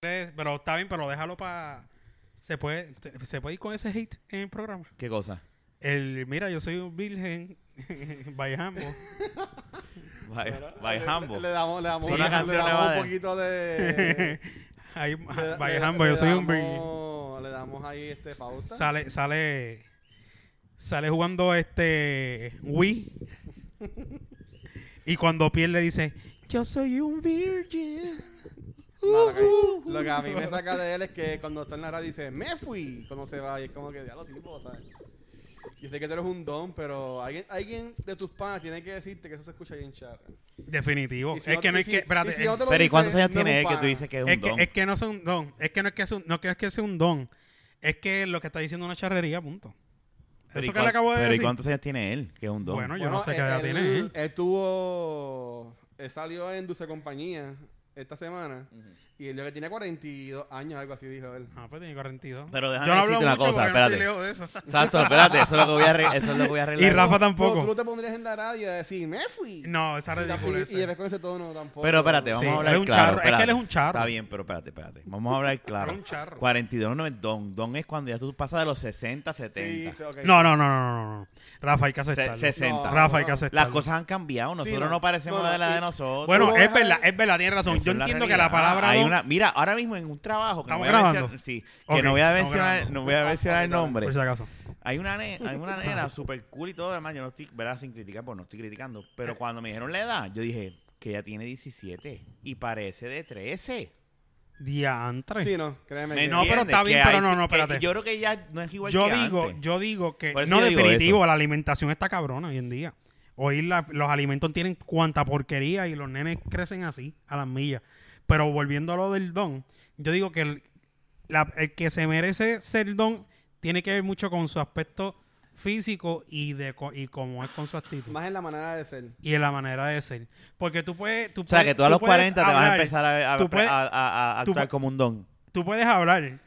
tres, pero está bien, pero déjalo para... ¿Se puede, te- ¿Se puede ir con ese hate en el programa? ¿Qué cosa? El, mira, yo soy un virgen, by Hambo. By, by Le- Hambo. Le, le damos, le damos, Sí, le una damos- canción le le damos va a un dar. poquito de. Ahí, Eh, le- by le- Hambo, le yo soy un virgen. damos- Le damos ahí este pauta. Sale, sale, sale jugando este Wii. y cuando pierde dice, yo soy un virgin. No, lo, que, lo que a mí me saca de él es que cuando está en la radio dice, me fui, cuando se va, y es como que, ya lo tipo, ¿sabes? Yo sé que tú eres un don, pero alguien, alguien de tus panas tiene que decirte que eso se escucha bien charra. Definitivo. Y si es no- que no y es si- que, y espérate, si no te lo Pero ¿y dice, cuántos años no es tiene un él que tú pana. dices que es un es, don? que, es que no es un don. Es que no es que es un, no es que es un don. Es que lo que está diciendo es una charrería, punto. Pero ¿y Eso que cuán- le acabo de pero ¿y decir. cuántos años tiene él que es un don? Bueno, yo no sé qué edad e- él- tiene Él, él. él tuvo. Él salió en Dulce Compañía esta semana. Y él lo que tiene 42 años, algo así, dijo él. Ah, pues tiene 42. Pero déjame yo no hablo decirte una mucho cosa, porque no estoy espérate. lejos de eso. Exacto, espérate, eso es lo que voy a, arre- eso es lo que voy a arreglar. Y Rafa No, tú no tampoco. te pondrías en la radio a decir, me fui. No, esa Y la- ridícula. Y, y después con ese tono tampoco. Pero espérate, vamos Sí, a él hablar es un claro. charro, es que él espérate. es un charro. Está bien, pero espérate, espérate. Vamos a hablar claro. un charro. 42 no es don. Don es cuando ya tú pasas de los 60, 70. Sí, sí, ok. No, no, no, no, no, no. Rafa, hay que Se- aceptarlo. 60. Rafa, hay No, que no. aceptarlo. Las cosas han cambiado. Nosotros no. no, parecemos No, no, de la y- de nosotros. Bueno, Tú es vas a- verdad, es verdad, tienes razón. Esa Yo es la entiendo que la realidad. palabra Hay don- una, mira, ahora mismo en un trabajo que no ¿Estamos voy a mencionar- grabando? sí, Ok, que no voy a estamos mencionar, grabando. no voy a mencionar el nombre. por si acaso. Hay una ne- hay una nena super cool y todo además yo no estoy, ¿verdad? Sin criticar, pues no estoy criticando, Eh. pero cuando me dijeron la edad, yo dije que ella tiene 17 y parece de 13. Diantre. Sí, no, créeme. ¿Me que- No, pero entiendes? está bien, Que pero ahí no, sí- no, que espérate. Yo creo que ya no es igual yo que digo, antes. yo digo que Por eso no yo digo definitivo, eso. la alimentación está cabrona hoy en día. Hoy la- los alimentos tienen cuanta porquería y los nenes crecen así a las millas. Pero volviendo a lo del don, yo digo que el, la- el que se merece ser don tiene que ver mucho con su aspecto físico y de co- y cómo es con su actitud Más en la manera de ser. y en la manera de ser. Porque tú puedes tú o sea, puedes- que tú a los puedes 40 te vas a hablar, empezar a, a- tú puedes- a- a- a tú actuar pu- como un don. tú puedes hablar,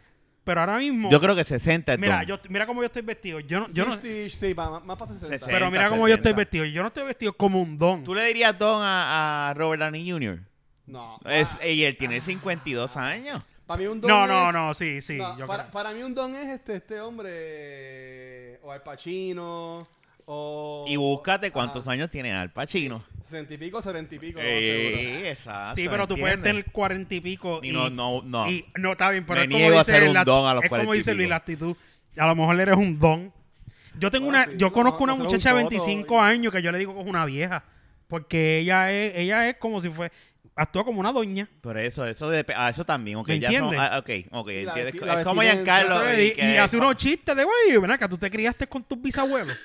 pero ahora mismo Yo creo que 60 es Mira, don. yo, mira cómo yo estoy vestido. Yo no, yo no, 50, sí, pa- más, más para 60. Sesenta. pero mira cómo yo estoy 70. vestido. Yo no estoy vestido como un don. ¿Tú le dirías don a, a Robert Downey Jr.? No. Es, Ah. y él tiene 52 años. Para mí un don No, no, es- no, sí, sí. No, yo para, creo. para mí un don es este, este hombre eh, o Al Pacino o... Y búscate cuántos ah, años tiene Al Pacino. 60 y pico, 70 y pico, seguro. Sí, exacto. sí, pero tú puedes ¿entiendes? tener cuarenta y pico. Y, Y no, no, no. y- no, está bien, pero Me es como niego a dice ser él, un la- don a los Es como 40 y dice Luis, pico. la actitud. A lo mejor eres un don. Yo tengo Bueno, una, sí, yo no, conozco no una ser un muchacha de toto 25 y- años que yo le digo que es una vieja. Porque ella es, ella es como si fue, actúa como una doña. Pero eso, eso, de, ah, eso también, ok. ¿Me Ya son, entiendes? ah, ok, ok. Sí, la entiendes. vesti- la es como vestimenta. Giancarlo. Entonces, y, que- y hace unos chistes de güey, ven acá, tú te criaste con tus bisabuelos.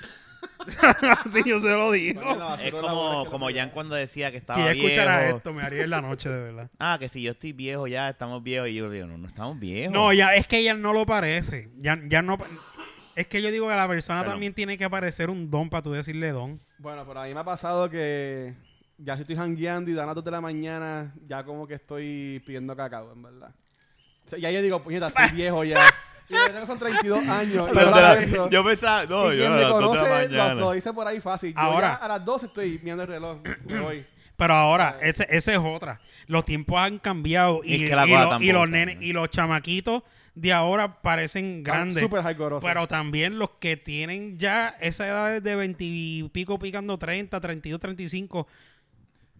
Así yo se lo digo. Bueno, la basura Es laboral como, que la como tiene. Jan cuando decía que si estaba ella escuchara viejo. esto, me haría en la noche, de verdad. Ah, que si yo estoy viejo ya, estamos viejos. Y yo digo, no, no estamos viejos. No, ya, es que ella no lo parece. Ya, ya no. pa- Es que yo digo que la persona Perdón. también tiene que parecer un don para tú decirle don. Bueno, por ahí me ha pasado que ya si estoy jangueando y dan las 2 de la mañana, ya como que estoy pidiendo cacao, en verdad. O sea, ya yo digo, puñeta, estoy viejo ya. Y de verdad que son 32 años. Pero y yo lo te la- acepto. yo pensaba, no, y yo quien a me las dos de la conoce lo, mañana. lo dice por ahí fácil. Yo Ahora. ya a las 12 estoy mirando el reloj. Me voy. Pero ahora, ese- esa es otra. Los tiempos han cambiado y, Ah. Es que la y cosa lo- y tampoco los está, nenes ¿no? y los chamaquitos de ahora parecen grandes. Súper hardcore. Pero también los que tienen ya esa edad de 20 y pico picando 30, 32, 35,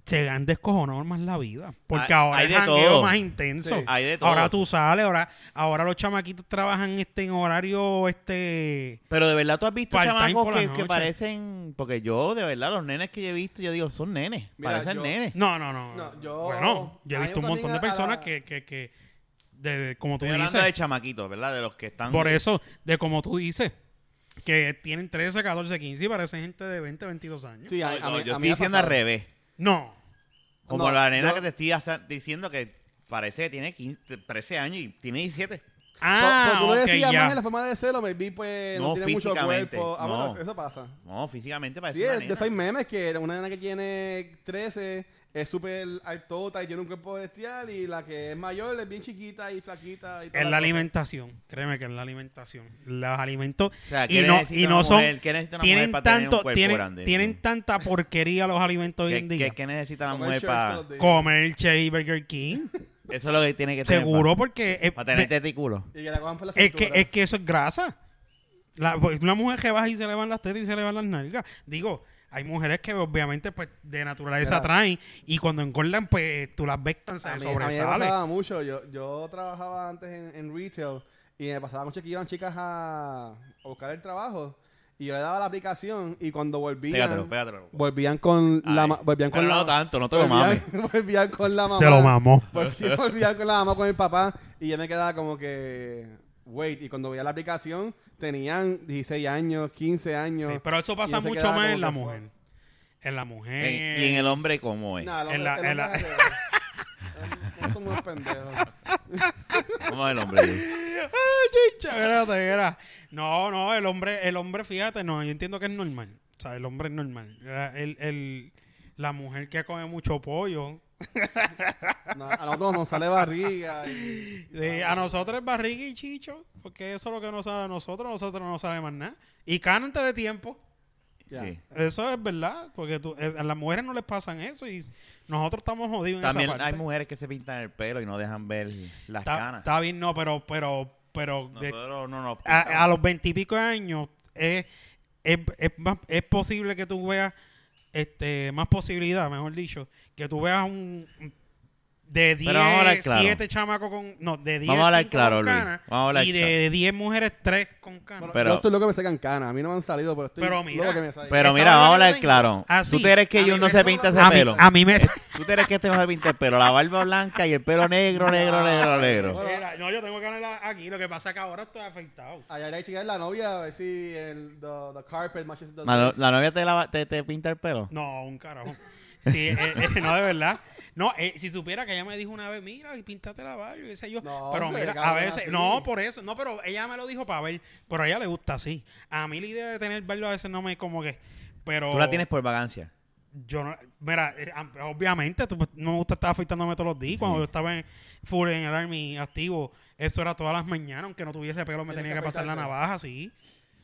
se han descojonado más la vida. Porque Ah, ahora hay es de jangueo todo. más intenso. Sí, hay de todo. Ahora tú sales, ahora, ahora los chamaquitos trabajan este en horario este Pero de verdad tú has visto Part-time chamacos por la que, que noche. parecen. Porque yo, de verdad, los nenes que yo he visto, yo digo, son nenes. Mira, parecen yo- nenes. No, no, no. No, yo- bueno, yo he a mí visto un también montón a- de a personas la- que, que, que de, de- como tú Estoy hablando de dices, chamaquitos, ¿verdad? De los que están. por eso, de como tú dices, que tienen 13, 14, 15 y parecen gente de 20, 22 años. Sí, No, a- a no, mí- yo a estoy mí me ha diciendo al pasado. revés. No. Como No, la nena yo- que te estoy hace- diciendo que parece que tiene 15, 13 años y tiene 17. Ah, Pero- pero Pues, tú lo ok, decías ya. más en la forma de celo, maybe pues no, No, tiene mucho físicamente, cuerpo. Ah, bueno, no. eso pasa. No, físicamente parece Sí, una es de nena. esos memes que una nena que tiene 13 es súper altota y tiene un cuerpo bestial y la que es mayor es bien chiquita y flaquita. Y toda En la la cosa. alimentación, créeme que en la alimentación. Los alimentos O sea, ¿qué y no, necesita y una no son mujer? ¿Qué necesita una mujer tienen para tener un tanto cuerpo tienen, grande? tienen tanta porquería los alimentos hoy en ¿Qué, día. qué- qué necesita la Comer mujer shorts para...? todos los días. Comer Cherry Burger King. Eso es lo que tiene que tener. Seguro, porque. eh, Para tener ve- tete y culo. Y que la cojan por la es, que, cintura. es que eso es grasa. La- pues, una mujer que baja y se le van las tetas y se le van las nalgas. Digo, hay mujeres que obviamente pues de naturaleza Mira. traen y cuando engordan pues tú las ves tan a mí, a mí me sobresale. pasaba mucho. Yo, yo trabajaba antes en, en retail y me pasaba mucho que iban chicas a, a buscar el trabajo y yo le daba la aplicación y cuando volvían Pégatelo, pégatelo. volvían con la Ay, ma- volvían con pero la no tanto, no te lo volvían- mames. volvían con la mamá. Se lo mamó. Volvían, volvían con la mamá con el papá y yo me quedaba como que wait y cuando veía la aplicación tenían 16 años, 15 años. Sí, pero eso pasa se mucho quedaba más como en la que- mujer. En la mujer. En- Eh, y en el hombre, ¿cómo es? Nah, el en hombre- la- el en hombre la- es así. No somos unos pendejos. ¿Cómo es el hombre? Ay, chicha, espérate, espera. No, no, el hombre, el hombre, fíjate, no, yo entiendo que es normal. O sea, el hombre es normal. La- El, el- la mujer que come mucho pollo. No, a nosotros nos sale barriga. y- eh, a nosotros es barriga y chicho, porque eso es lo que nos sale a nosotros, a nosotros no sabe más nada. Y cana antes de tiempo. Ya. Sí. Eso es verdad, porque tú- eh, a las mujeres no les pasan eso y nosotros estamos jodidos en También esa parte. hay mujeres que se pintan el pelo y no dejan ver las Está, canas. está bien, no, pero, pero, pero de- Nosotros no nos pintamos. a, a los veintipico años es, es, es más- es posible que tú veas este más posibilidad, mejor dicho, que tú veas un de Pero vamos a hablar 10, claro. 7 chamacos con no, de 10 Vamos a hablar cinco claro, con Luis. canas Vamos a hablar y claro. de 10 mujeres 3 con canas. Bueno, Pero- yo estoy loco que me sacan canas. A mí no me han salido, pero estoy Pero mira, loco que me salgan. Pero Esta mira, vamos a barba hablar que yo claro. tengo, así, ¿Tú te crees a que mí yo no me se sobra pinta la ese a Ah, mí, pelo? a mí me ¿Tú te crees que este no se pinta el pelo? La barba blanca y el pelo negro, negro, negro, negro. Mira, no, yo tengo canas aquí, lo que pasa es que ahora estoy afectado. Allá le chica es la novia, a ver si el the, the carpet matches the Mano, drapes. ¿La novia te, lava- te, te pinta el pelo? No, un carajo. Sí, eh, eh, no, de verdad. No, eh, si supiera que ella me dijo una vez, mira, y píntate la barba. Y decía yo, No, pero se mira, a cabrón, veces, así. no, por eso, no, pero ella me lo dijo para ver, pero a ella le gusta así. A mí la idea de tener barba a veces no me como que, pero... Tú la tienes por vagancia. Yo no, mira, eh, am- obviamente, tú- pues, no me gusta estar afeitándome todos los días. Cuando yo estaba en full en el army activo, eso era todas las mañanas, aunque no tuviese pelo, me Tienes tenía que que pasar la afeitarte. navaja, sí.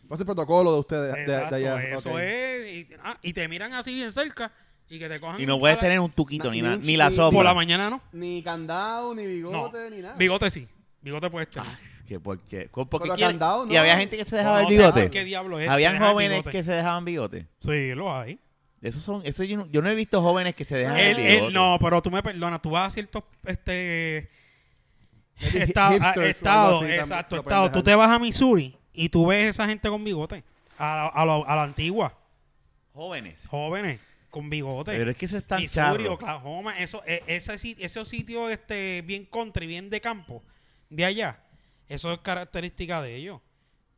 ¿Cuál es el protocolo de ustedes de, de- de Exacto, allá? eso Ok. es. Y, ah, y te miran así bien cerca y que te cojan. Y no puedes cara- tener un tuquito, ni, Ni na- un ni la chi- sombra. Por la mañana no. Ni candado, ni bigote, No. ni nada. Bigote sí. Bigote puedes tener. Que porque, con- porque Pero quiere- candado, no. Y había gente que se No, dejaba el no sé por bigote. ¿Qué diablo es? Te Habían dejan jóvenes bigote. que se dejaban bigote. Sí, lo hay. Esos son, eso yo, no- yo no he visto jóvenes que se dejan el Él- él- bigote. no, pero tú me perdonas. Tú vas a ciertos este, Maybe estado, ah, hipsters o algo estado así también se exacto, lo pueden estado. Tú dejar. te vas a Missouri y tú ves esa gente con bigote. A la, a la- a la antigua. Jóvenes. Jóvenes con bigote. Pero es que se están Missouri, charros. Oklahoma, eso, e- ese, sit- esos sitios este, bien country, bien de campo, de allá, eso es característica de ellos.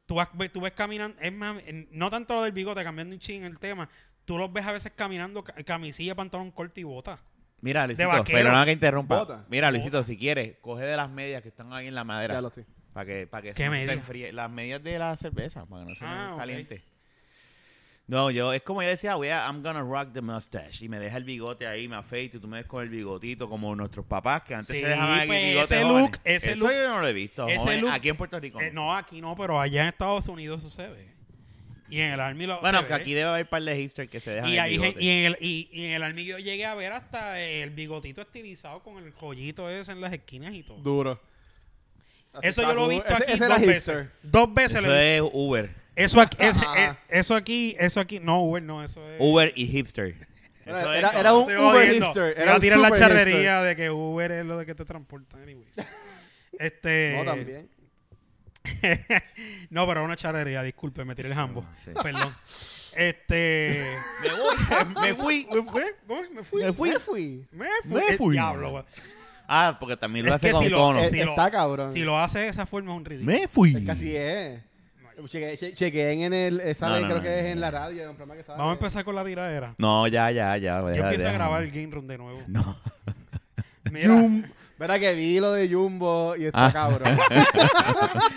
Tú, vas- ve- tú ves caminando, es más, en- no tanto lo del bigote, cambiando un ching el tema, tú los ves a veces caminando ca- camisilla, pantalón corto y bota. Mira, Luisito, vaquero. pero no que interrumpa. Bota. Mira, Luisito, si quieres, coge de las medias que están ahí en la madera. Ya lo sé. Para que, para que ¿Qué se media? te enfríe. Las medias de la cerveza, para que no se me Ah, ok. caliente. No, yo, es como yo decía, voy a, I'm gonna rock the mustache. Y me deja el bigote ahí, me afeito y tú me ves con el bigotito como nuestros papás que antes Sí, se dejaban pues, el bigote. ese jóvenes. look, ese Eso look- yo no lo he visto. ese jóvenes, look- aquí en Puerto Rico. Eh, no, aquí no, pero allá en Estados Unidos eso se ve. Y en el Army lo bueno, se que ve. aquí debe haber par de hipsters que se dejan y, el ahí gen- bigote. y en el, y, y en el Army yo llegué a ver hasta el bigotito estilizado con el joyito ese en las esquinas y todo. Duro. Así Eso está yo lo he duro. visto Ese- aquí ese era dos veces. hipster. Dos veces Eso lo he es Uber. Eso aquí, es- Ajá. eh, eso aquí, eso aquí, no, Uber, no, eso es. Uber y hipster. Era- Eso es era- como- era un- Estoy Uber jodiendo. hipster, Iba era a un tirar la super charrería de que Uber es lo de que te transportan, anyways. Este, No, también. no, pero una charrería, disculpe, me tiré el jambo. Ah, sí. Perdón. Este. Me voy, me fui. Me fui, voy, me fui. Me fui. Me fui. Me fui. Me Eh, fui. diablo, güey. Ah, porque también Es lo hace que con si lo- tono. No, Eh, si lo- está cabrón. Si lo hace de esa forma es un ridículo. Me fui. Es que así es. Cheque- che- Chequeen en el. eh, Sale, No, no, creo no, que no, es no. en la radio. En un programa que sale. Vamos a empezar con la tiradera. No, ya, ya, ya. Yo deja- empiezo a deja. grabar el game room de nuevo. No. Mira, Verá que vi lo de Jumbo y está Ah. cabrón.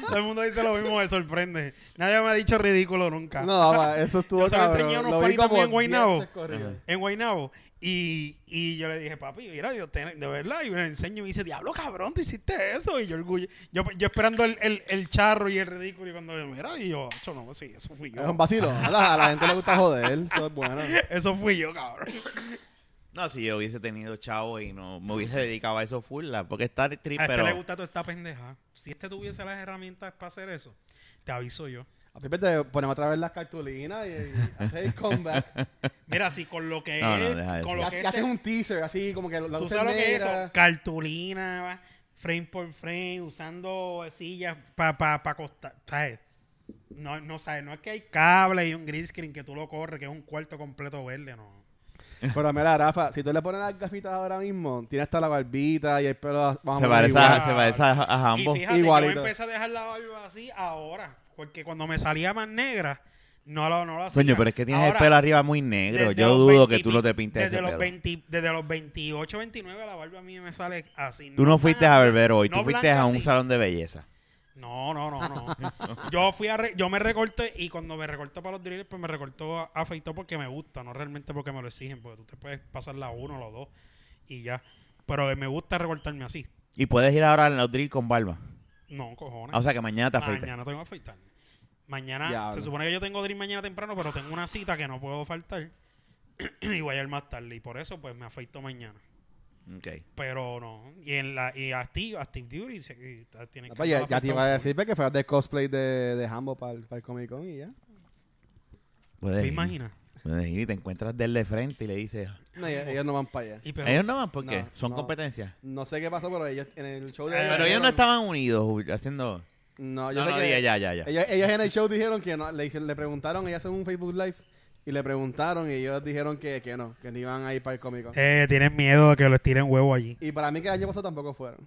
todo el mundo dice lo mismo, me sorprende. Nadie me ha dicho ridículo nunca. No, va, eso estuvo Yo se lo cabrón. enseñé a unos Lo vi panitas como míos en Guaynabo. 10 veces corrido. en Guaynabo. Y, y yo le dije, papi, mira, yo te- de verdad, y me lo enseño y me dice, diablo, cabrón, tú hiciste eso. Y yo orgullo, yo, yo esperando el, el, el charro y el ridículo, y cuando yo, mira, y yo, "Acho, no, sí, eso fui Es un yo. vacilo. A la, a la gente le gusta joder. Eso es bueno. Eso fui yo, cabrón. No, si yo hubiese tenido chavo y no me hubiese dedicado a eso full, la- porque está trip, A este pero... le gusta toda esta pendeja. Si este tuviese las herramientas para hacer eso, te aviso yo. A Pipe te ponemos otra vez las cartulinas y, y haces el comeback. Mira, si con lo que No, no, es. deja de con lo decir. y que haces, es y haces un teaser, así como que la ¿Tú luz sabes lo que es negra. eso? Cartulina, va, frame por frame, usando eh, sillas para pa, pa acostar, ¿Sabes? No, no, ¿sabes? No es que hay cable y un green screen que tú lo corres, que es un cuarto completo verde, no. Pero mira, Rafa, si tú le pones las gafitas ahora mismo, tiene hasta la barbita y el pelo vamos Se parece, igual. a, se parece a, a Y ambos. fíjate, Igualito. yo empecé a dejar la barba así ahora, porque cuando me salía más negra, no lo, no lo hacía. Coño, pero es que tienes el Ahora, pelo arriba muy negro. desde Yo los dudo 20 que tú no te pintes desde ese los pelo. 20 desde los 28, 29 la barba a mí me sale así. Tú no fuiste a blanca, Berbero hoy, no tú fuiste a blanca un así. salón de belleza. No, no, no, no. yo fui a re- yo me recorté y cuando me recorto para los drills, pues me recorto afeitó porque me gusta, no realmente porque me lo exigen, porque tú te puedes pasar la uno, los dos y ya. Pero eh, me gusta recortarme así. Y puedes ir ahora al drill con barba. No, cojones. Ah, O sea que mañana te afeitas. mañana tengo que afeitarme. Mañana, Diablo. se supone que yo tengo drill mañana temprano, pero tengo una cita que no puedo faltar y voy a ir más tarde. Y por eso, pues me afeito mañana. Ok. Pero no. Y en la y a Steve, a Steve Dury se- y ta- tienen Rafa, Ah, pues, ya, andar ya te iba a afeitado decir que fueras de cosplay de, de Hambo para el, Comic Con y ya. full. Puedes ¿Te ir. imaginas? Puedes ir y te encuentras del de frente y le dices... No, ellos, ellos no van para allá. Y peor, Ellos no van porque No, son no. competencias. No sé qué pasó, pero ellos en el show de Eh, Pero ellos dijeron- no estaban unidos Julio, haciendo... No, yo No, sé no, que diga, ya, ya, ya. Ellas, ellas en el show dijeron que no, le, hicieron- le preguntaron, ellas en un Facebook Live y le preguntaron y ellos dijeron que, que no, que no iban a ir para el Comic Con. Eh, tienen miedo de que les tiren huevo allí. Y para mí que el año pasado tampoco fueron.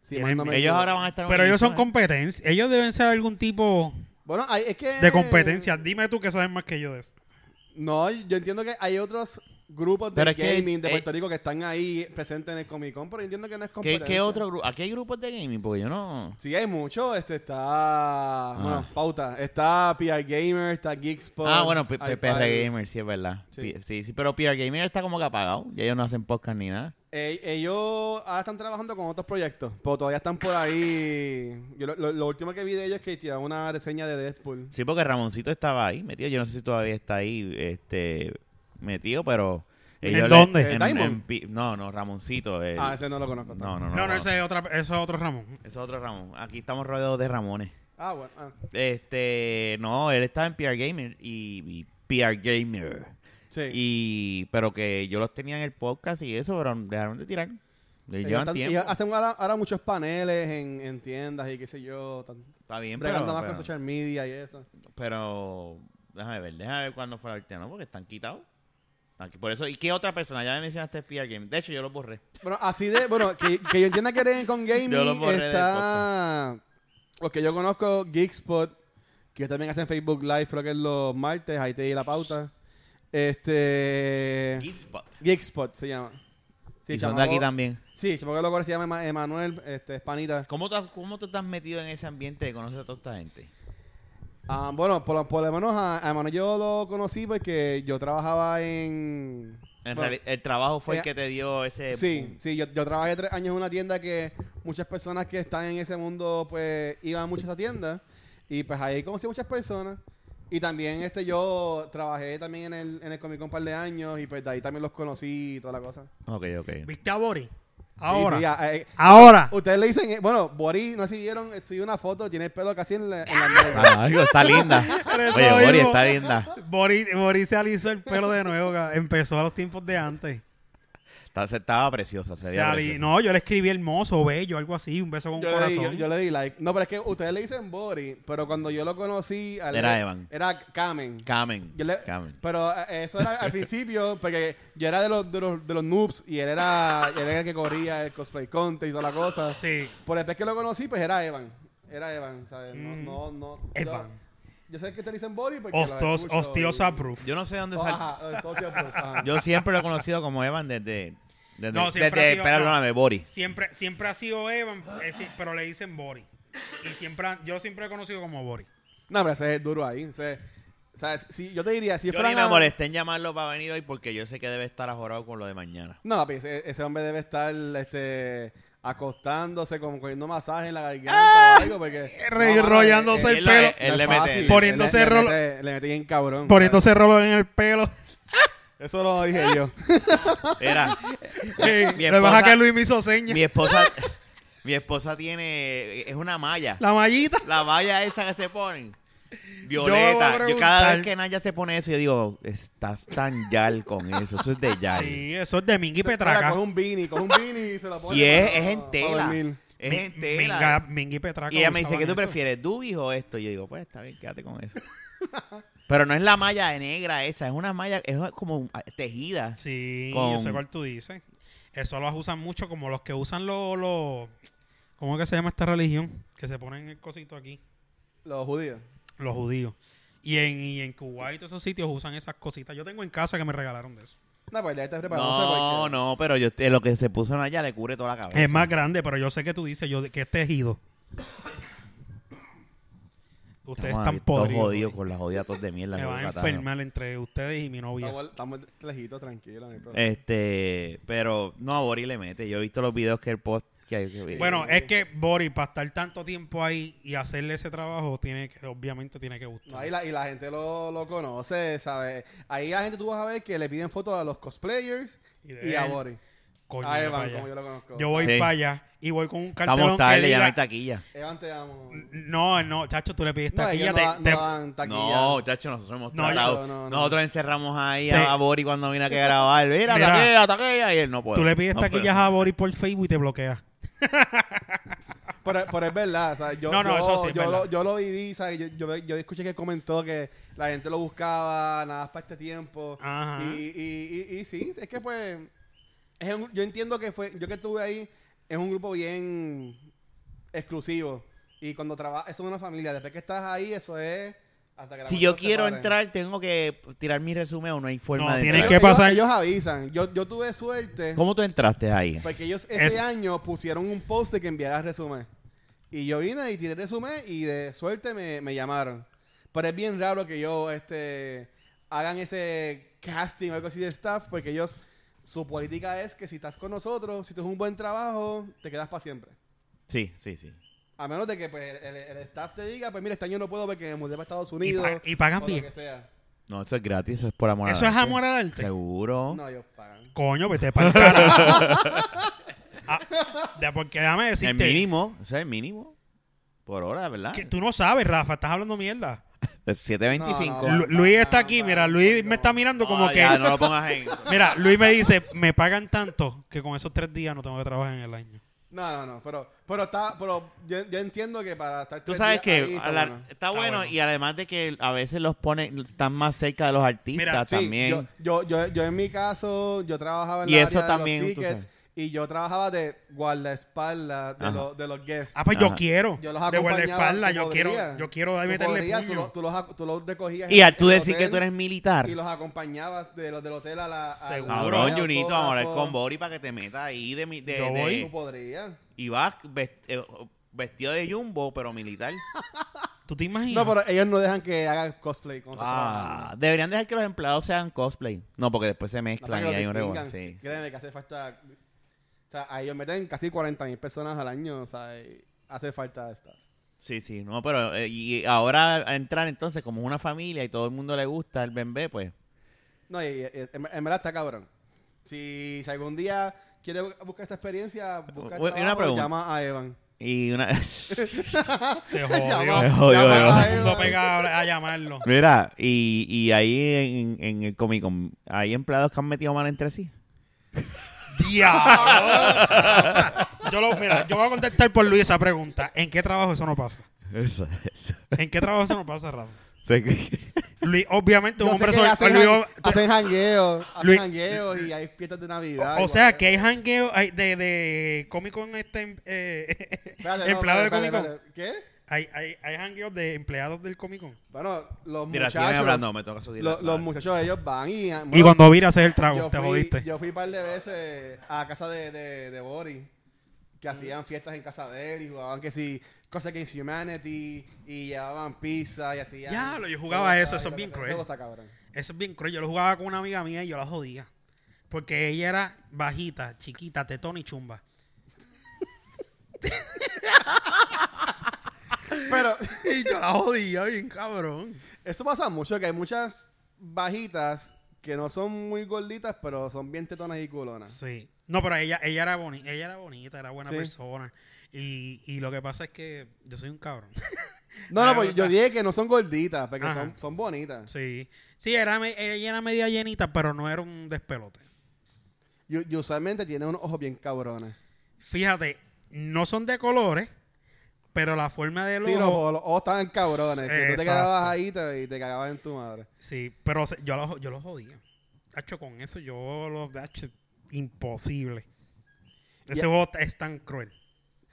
Si Tienen- mal no me Ellos equivoco. ahora van a estar... en Pero una ellos son edición, competencia. Ellos deben ser algún tipo Bueno, hay- es que... de competencia. Dime tú que sabes más que yo de eso. No, yo entiendo que hay otros grupos de Pero es que- gaming de eh, Puerto Rico que están ahí presentes en el Comic Con, pero yo entiendo que no es ¿eh? ¿Qué, competencia. qué otro grupo? Aquí hay grupos de gaming porque yo no... Sí, hay mucho. Este está... Bueno, pauta. Está PR Gamer, está Geekspot. Ah, bueno, P- P- hay par- PR Gamer, sí, es verdad. Sí. Pi- Sí, sí, pero PR Gamer está como que apagado. Y ellos no hacen podcast ni nada. Eh, ellos ahora están trabajando con otros proyectos, pero todavía están por ahí. Yo lo, lo- lo último que vi de ellos es que tiraron una reseña de Deadpool. Sí, porque Ramoncito estaba ahí metido. Yo no sé si todavía está ahí este, metido, pero... ¿En ellos dónde? en- ¿En Diamond? en Pi- no, no, Ramoncito. el- Ah, ese no lo conozco. No, no, no. No, no, ese es otra, eso es otro Ramón. Ese es otro Ramón. Aquí estamos rodeados de Ramones. Ah, bueno. ah. Este, no, él estaba en PR Gamer y, y PR Gamer. Sí. Y, pero que yo los tenía en el podcast y eso, pero dejaron de tirar. Le Ellos llevan Eh, están- tiempo. ellos ah, hacen ahora, ahora muchos paneles en, en tiendas y qué sé yo. Están Está bien, pero, bregando más con pero, social media y eso. pero déjame ver, déjame ver cuándo fue la última, ¿no? Porque están quitados. Aquí, por eso, ¿y qué otra persona? Ya me mencionaste PR Gamer. De hecho, yo los borré. Bueno, así de. Bueno, que, que yo entienda que eres con gaming. Yo lo borré del está. Los que yo conozco, Geekspot, que también hacen Facebook Live, creo que es los martes. Ahí te di la pauta. Este. Geekspot. Geekspot se llama. Sí, y son chamaco- de aquí también. Sí, chamaco loco se llama Ema- Emanuel, este, es panita. ¿Cómo tú, ¿Cómo tú estás metido en ese ambiente de conocer a toda esta gente? Ah, bueno, por, lo- por lo menos a, a Emanuel yo lo conocí porque yo trabajaba en... En bueno, reali- el trabajo fue eh, el que te dio ese... Sí, sí, yo, yo trabajé tres años en una tienda que muchas personas que están en ese mundo, pues, iban mucho a esa tienda. Y pues ahí conocí muchas personas. Y también, este, yo trabajé también en el, en el Comic Con un par de años y pues de ahí también los conocí y toda la cosa. Ok, ok. ¿Viste a Boris? Sí, Ahora. sí, a- a- Ahora. Ustedes le dicen, eh, bueno, Boris, no sé si vieron, eh, subí una foto, tiene el pelo casi en la, en la media. Ah, algo, está linda. Pero eso Oye, Bori, mismo. está linda. Boris, Boris se alisó el pelo de nuevo. ca- Empezó a los tiempos de antes. Está- se- estaba preciosa, se Se veía ali- preciosa. No, yo le escribí hermoso, bello, algo así. Un beso con Yo le, corazón. di, yo, yo le di like. No, pero es que ustedes le dicen Bori, pero cuando yo lo conocí... al- Era Evan. Era Kamen. Camen. Yo le- Camen. Pero eh, eso era al principio, porque yo era de los, de los, de los noobs y él era, él era el que corría el cosplay contest y toda la cosa. Sí. Por después que lo conocí, pues era Evan. Era Evan, ¿sabes? No, Mm. no, no. Yo- Evan. Yo, sé que te dicen Bori porque Hostos, lo escucho hostiosa y- proof. Yo no sé dónde Oh, sal- ajá, hostiosa proof, ajá. Yo siempre lo he conocido como Evan desde... desde, No, siempre desde- ha sido- perdóname, Bori. Siempre, siempre ha sido Evan, eh, sí, pero le dicen Boris. Y siempre, han- yo siempre he conocido como Boris. No, pero ese es duro ahí. ese- ¿sabes? Si, yo te diría, si Yo fuera ni me una- molesté en llamarlo para venir hoy porque yo sé que debe estar ajorado con lo de mañana. No, pues, ese, ese hombre debe estar este, acostándose, como cogiendo masaje en la ¡Ah! garganta o algo, porque... Re- no, mano, rollándose eh, el eh, él, lo- pelo. él- él no le es mete... fácil. él- Poniéndose Le- le rolo- mete- Le metí bien cabrón. Poniéndose rolo en el pelo. Eso lo dije yo. Era. mi Le baja esposa- que Luis me hizo seña. Mi esposa, mi esposa tiene, es una malla. La, La mallita. malla esa que se ponen. Yo voy a Violeta. Yo, cada preguntar. vez que Naya se pone eso, yo digo, estás tan yal con eso. Eso es de yal. Sí, eso es de Mingui Ahora Petraca. Coge un beanie, coge un beanie y se la pone. Si es, para- es en para tela. dormir. Es en tela. Minga- Mingui Petraca. Y ella me dice, usaban ¿qué tú eso. prefieres? ¿Dubis o esto? Y yo digo, pues está bien, quédate con eso. Pero no es la malla de negra esa, es una malla, es como ah, tejida. Sí, Con- yo sé cuál tú dices. Eso los usan mucho como los que usan los... los ¿Cómo es que se llama esta religión? Que se ponen el cosito aquí. Los judíos. Los judíos. Y en, y en Cuba y todos esos sitios usan esas cositas. Yo tengo en casa que me regalaron de eso. No, pues ya está No, preparado. no, pero yo, eh, lo que se puso en allá le cubre toda la cabeza. Es más grande, pero yo sé que tú dices yo, que es tejido. Ustedes Estamos están todos podridos. jodidos güey. con las jodidas tos de mierda. Me que van a mataron. enfermar entre ustedes y mi novia. Estamos, estamos lejitos, tranquilos. no hay Eh. problema. Este, pero no, Bori le mete. Yo he visto los videos que el post que, que- Bueno, es que Boris, para estar tanto tiempo ahí y hacerle ese trabajo, tiene que, obviamente tiene que gustar. No, y, la, y la gente lo, lo conoce, ¿sabes? Ahí la gente tú vas a ver que le piden fotos a los cosplayers Y y, de a él. Boris. Coño, A yo Evan, para allá. como yo lo conozco. Yo voy Sí. para allá y voy con un cartelón estamos que tarde, ya diga- no hay taquilla. Evan, te amo. No, no, chacho, tú le pides No, taquilla. ellos te- no, dan- te- no dan taquilla. No, chacho, nosotros hemos No, tratado. yo- no, no. Nosotros encerramos ahí Te- a, a Bori cuando vino a que grabar. Mira, Mira. taquilla, taquilla. Y él no puede. tú le pides no taquillas puedo. a Boris por Facebook y te bloquea. Pero, pero es verdad, o sea, yo, No, no, yo, eso sí es yo verdad. lo, yo lo viví, ¿sabes? Yo, yo, yo escuché que comentó que la gente lo buscaba, nada más para este tiempo. Ajá. Y, y, y, y sí, es que pues, es un- yo entiendo que fue, yo que estuve ahí, es un grupo bien exclusivo. Y cuando trabajas, eso es una familia, después que estás ahí, eso es... Hasta que la Si muerte yo nos quiero separe. entrar, tengo que tirar mi resumen o no hay forma No, de tienes entrar. que Ellos- pasar- Ellos, avisan. Yo, yo tuve suerte ¿Cómo tú entraste ahí? porque ellos ese Es- año pusieron un post de que enviaras resumen. Y yo vine y tiré resumen y de suerte me, me llamaron. Pero es bien raro que yo este hagan ese casting o algo así de staff porque ellos su política es que si estás con nosotros, si tú es un buen trabajo, te quedas para siempre. Sí, sí, sí. A menos de que pues, el, el staff te diga, pues mira, este año no puedo porque me mudé para Estados Y, Unidos. pa- y pagan o lo bien. que sea. No, eso es gratis, eso es por amor Eso al es arte. amor al arte. Seguro. No, ellos pagan. Coño, vete para el carajo. Ah, de- porque déjame el decirte mínimo, o sea, el mínimo. Por hora, ¿verdad? que tú no sabes, Rafa, estás hablando mierda. De 7.25. No, no, Lu- Luis está aquí, mira, Luis me está mirando como Ah, que ya, no lo pongas en. Mira, Luis me dice, me pagan tanto que con esos tres días no tengo que trabajar en el año. No, no, no, pero, pero está, pero yo, yo entiendo que para estar Tú tres sabes días que ahí está a la- bueno. está bueno bueno. y además de que a veces los ponen están más cerca de los artistas Mira, Sí, también. Yo, yo, yo, yo en mi caso, yo trabajaba en Y la eso área de también, tú los tickets sabes. y yo trabajaba de guardaespaldas de, Ajá. los, de los guests. Ah, pues Ajá. yo quiero. Yo los de acompañaba, guardaespaldas, tú yo quiero, podrías. yo quiero Tú meterle podrías, tú, puño. lo- tú los, ac- tú los recogías y en al tú el decir que hotel tú eres militar. y los acompañabas de los del hotel a la... a la- Seguro. Cabrón, al Junito, vamos a hablar con autógrafo. Bori para que te metas ahí de mi. De, Yo de- voy. Tú podrías. y vas vest- eh, vestido de Jumbo, pero militar. ¿Tú te imaginas? No, pero ellos no dejan que hagas cosplay. cuando estás Ah, trabajando. deberían dejar que los empleados sean cosplay. No, porque después se No, mezclan para que y lo hay un revuelo. distingan. Sí. Créeme que hace falta. O sea, a ellos meten casi 40 mil personas al año. O sea, y hace falta esta. sí, sí, no, pero eh, y ahora entrar entonces como una familia y todo el mundo le gusta el bembé, pues. No, y, y- en, en verdad está cabrón. Si, si algún día quieres bu- buscar esta experiencia, busca el Bueno, y una trabajo, pregunta. llama a Evan. Y una. se Se jodió. jodió, llama Evan. Todo el mundo pega a, a llamarlo. Mira, y, y ahí en, en el Comic Con, ¿hay empleados que han metido mano entre sí? ¡Diablo! Yo lo, mira, yo voy a contestar por Luis esa pregunta. ¿En qué trabajo eso no pasa? Eso, eso. ¿En qué trabajo eso no pasa, Rafa? Sé que- Luis, obviamente, un Yo sé hombre que soy- hacen, Luis, jan- o- hacen jangueos, hacen Luis- jangueos y hay fiestas de Navidad. o, y sea, whatever. que hay jangueo hay de, de Comic Con este eh, Espérate, no, empleado de espérate, Comic Con. espérate, ¿Qué? Hay, hay, hay jangueos de empleados del Comic Con. Bueno, los Mira, siguen muchachos. hablando, me toca subir. la- lo- los muchachos, ellos van y. Y bueno, cuando viras es el trago, yo te fui, jodiste. Yo fui un par de veces a casa de, de, de Boris, que hacían fiestas en casa de él y jugaban que sí, cosas que Humanity y llevaban pizza y hacían. Ya, lo- yo jugaba cosas eso, y eso es lo bien que sea. cruel. Eso está cabrón. Eso es bien cruel. Yo lo jugaba con una amiga mía y yo la jodía. Porque ella era bajita, chiquita, tetona y chumba. Pero Y yo la jodía bien cabrón. eso pasa mucho, que hay muchas bajitas que no son muy gorditas, pero son bien tetonas y culonas. Sí. No, pero ella, ella, era boni ella era bonita, era buena Sí. persona. Y, y lo que pasa es que yo soy un cabrón. No, Ah, no, pues yo ¿verdad? dije que no son gorditas, porque Ajá. son, son bonitas. sí. Sí, era me- ella era media llenita, pero no era un despelote. Y, y usualmente tienen unos ojos bien cabrones. Fíjate, no son de colores, pero la forma del Sí, los, ojo... ojos- los ojos estaban cabrones. que tú te Exacto. quedabas ahí te- y te cagabas en tu madre. Sí, pero se- yo los yo los jodía. Hacho, con eso yo los... hacho, imposible. Ese Ya. juego t- es tan cruel.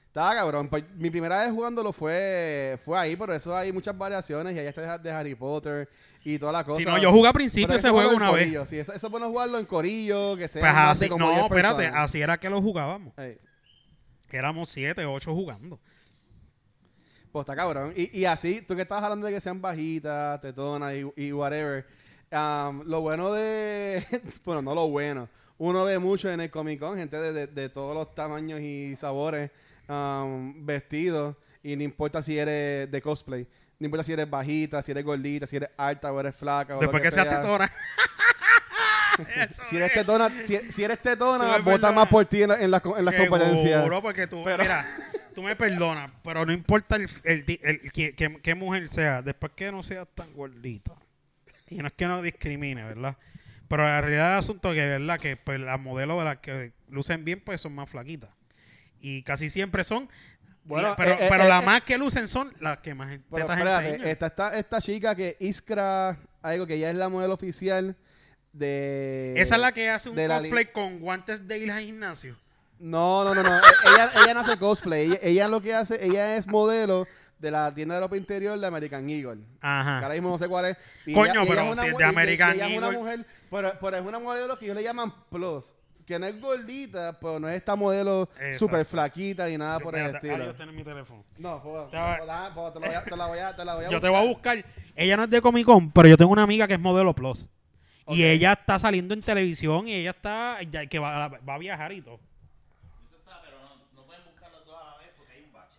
Estaba cabrón. Pues, mi primera vez jugándolo fue, fue ahí, por eso hay muchas variaciones. Y ahí está de Harry Potter y toda la cosa. Si no, yo jugué al principio Pero hay que ese juego jugarlo en una vez. corillo, Sí, eso, eso es bueno jugarlo en corillo, que sea Pues más de así, como no, 10 espérate, personas. así era que lo jugábamos. Ey, Éramos siete, ocho jugando. pues está cabrón. Y, y así, tú que estabas hablando de que sean bajitas, tetonas y, y whatever. am, lo bueno de. bueno, no lo bueno. Uno ve mucho en el Comic Con gente de, de- de todos los tamaños y sabores am, vestidos. Y no importa si eres de cosplay. No importa si eres bajita, si eres gordita, si eres alta o eres flaca. O Después lo que que seas sea. tetona. Eso Si eres es. tetona, si, si eres tetona, Tú me vota perdonas. más por ti en, la- en las co- en las Seguro, competencias. porque tú, Pero- mira, tú me perdonas, pero no importa el, el, di- el- que, que- que mujer sea, después que no seas tan gordita. Y no es que no discrimine, ¿verdad? Pero la realidad del asunto es que, ¿verdad? Que pues, las modelos de las que lucen bien, pues son más flaquitas. Y casi siempre son. Bueno, la- pero eh, eh, pero eh, las eh. más que lucen son las que más Pero tetas enseñan. espérate, este, está esta, esta chica que Iskra, algo que ya es la modelo oficial de... Esa es la que hace un de la li- cosplay con guantes de ir al gimnasio. No, no, no, no. E- ella, ella no hace cosplay. Ella, ella lo que hace, ella es modelo de la tienda de ropa interior de American Eagle. Ajá. Que ahora mismo no sé cuál es. Y Ah. Coño, ella- ella pero una si es mu- de y- y- American ella es una Eagle. mujer, pero, pero es una modelo que ellos le llaman plus. Que no es gordita, pero no es esta modelo Exacto. súper flaquita ni nada por el Espérate, ah, estilo. yo tengo mi teléfono. No, pues, Te va- pues, nada, pues, te lo voy a- te la voy a te la voy a Yo te buscar. voy a buscar. Ella no es de Comic Con, pero yo tengo una amiga que es modelo Plus. Ok. Y ella está saliendo en televisión y ella está. ya que va, va a viajar y todo.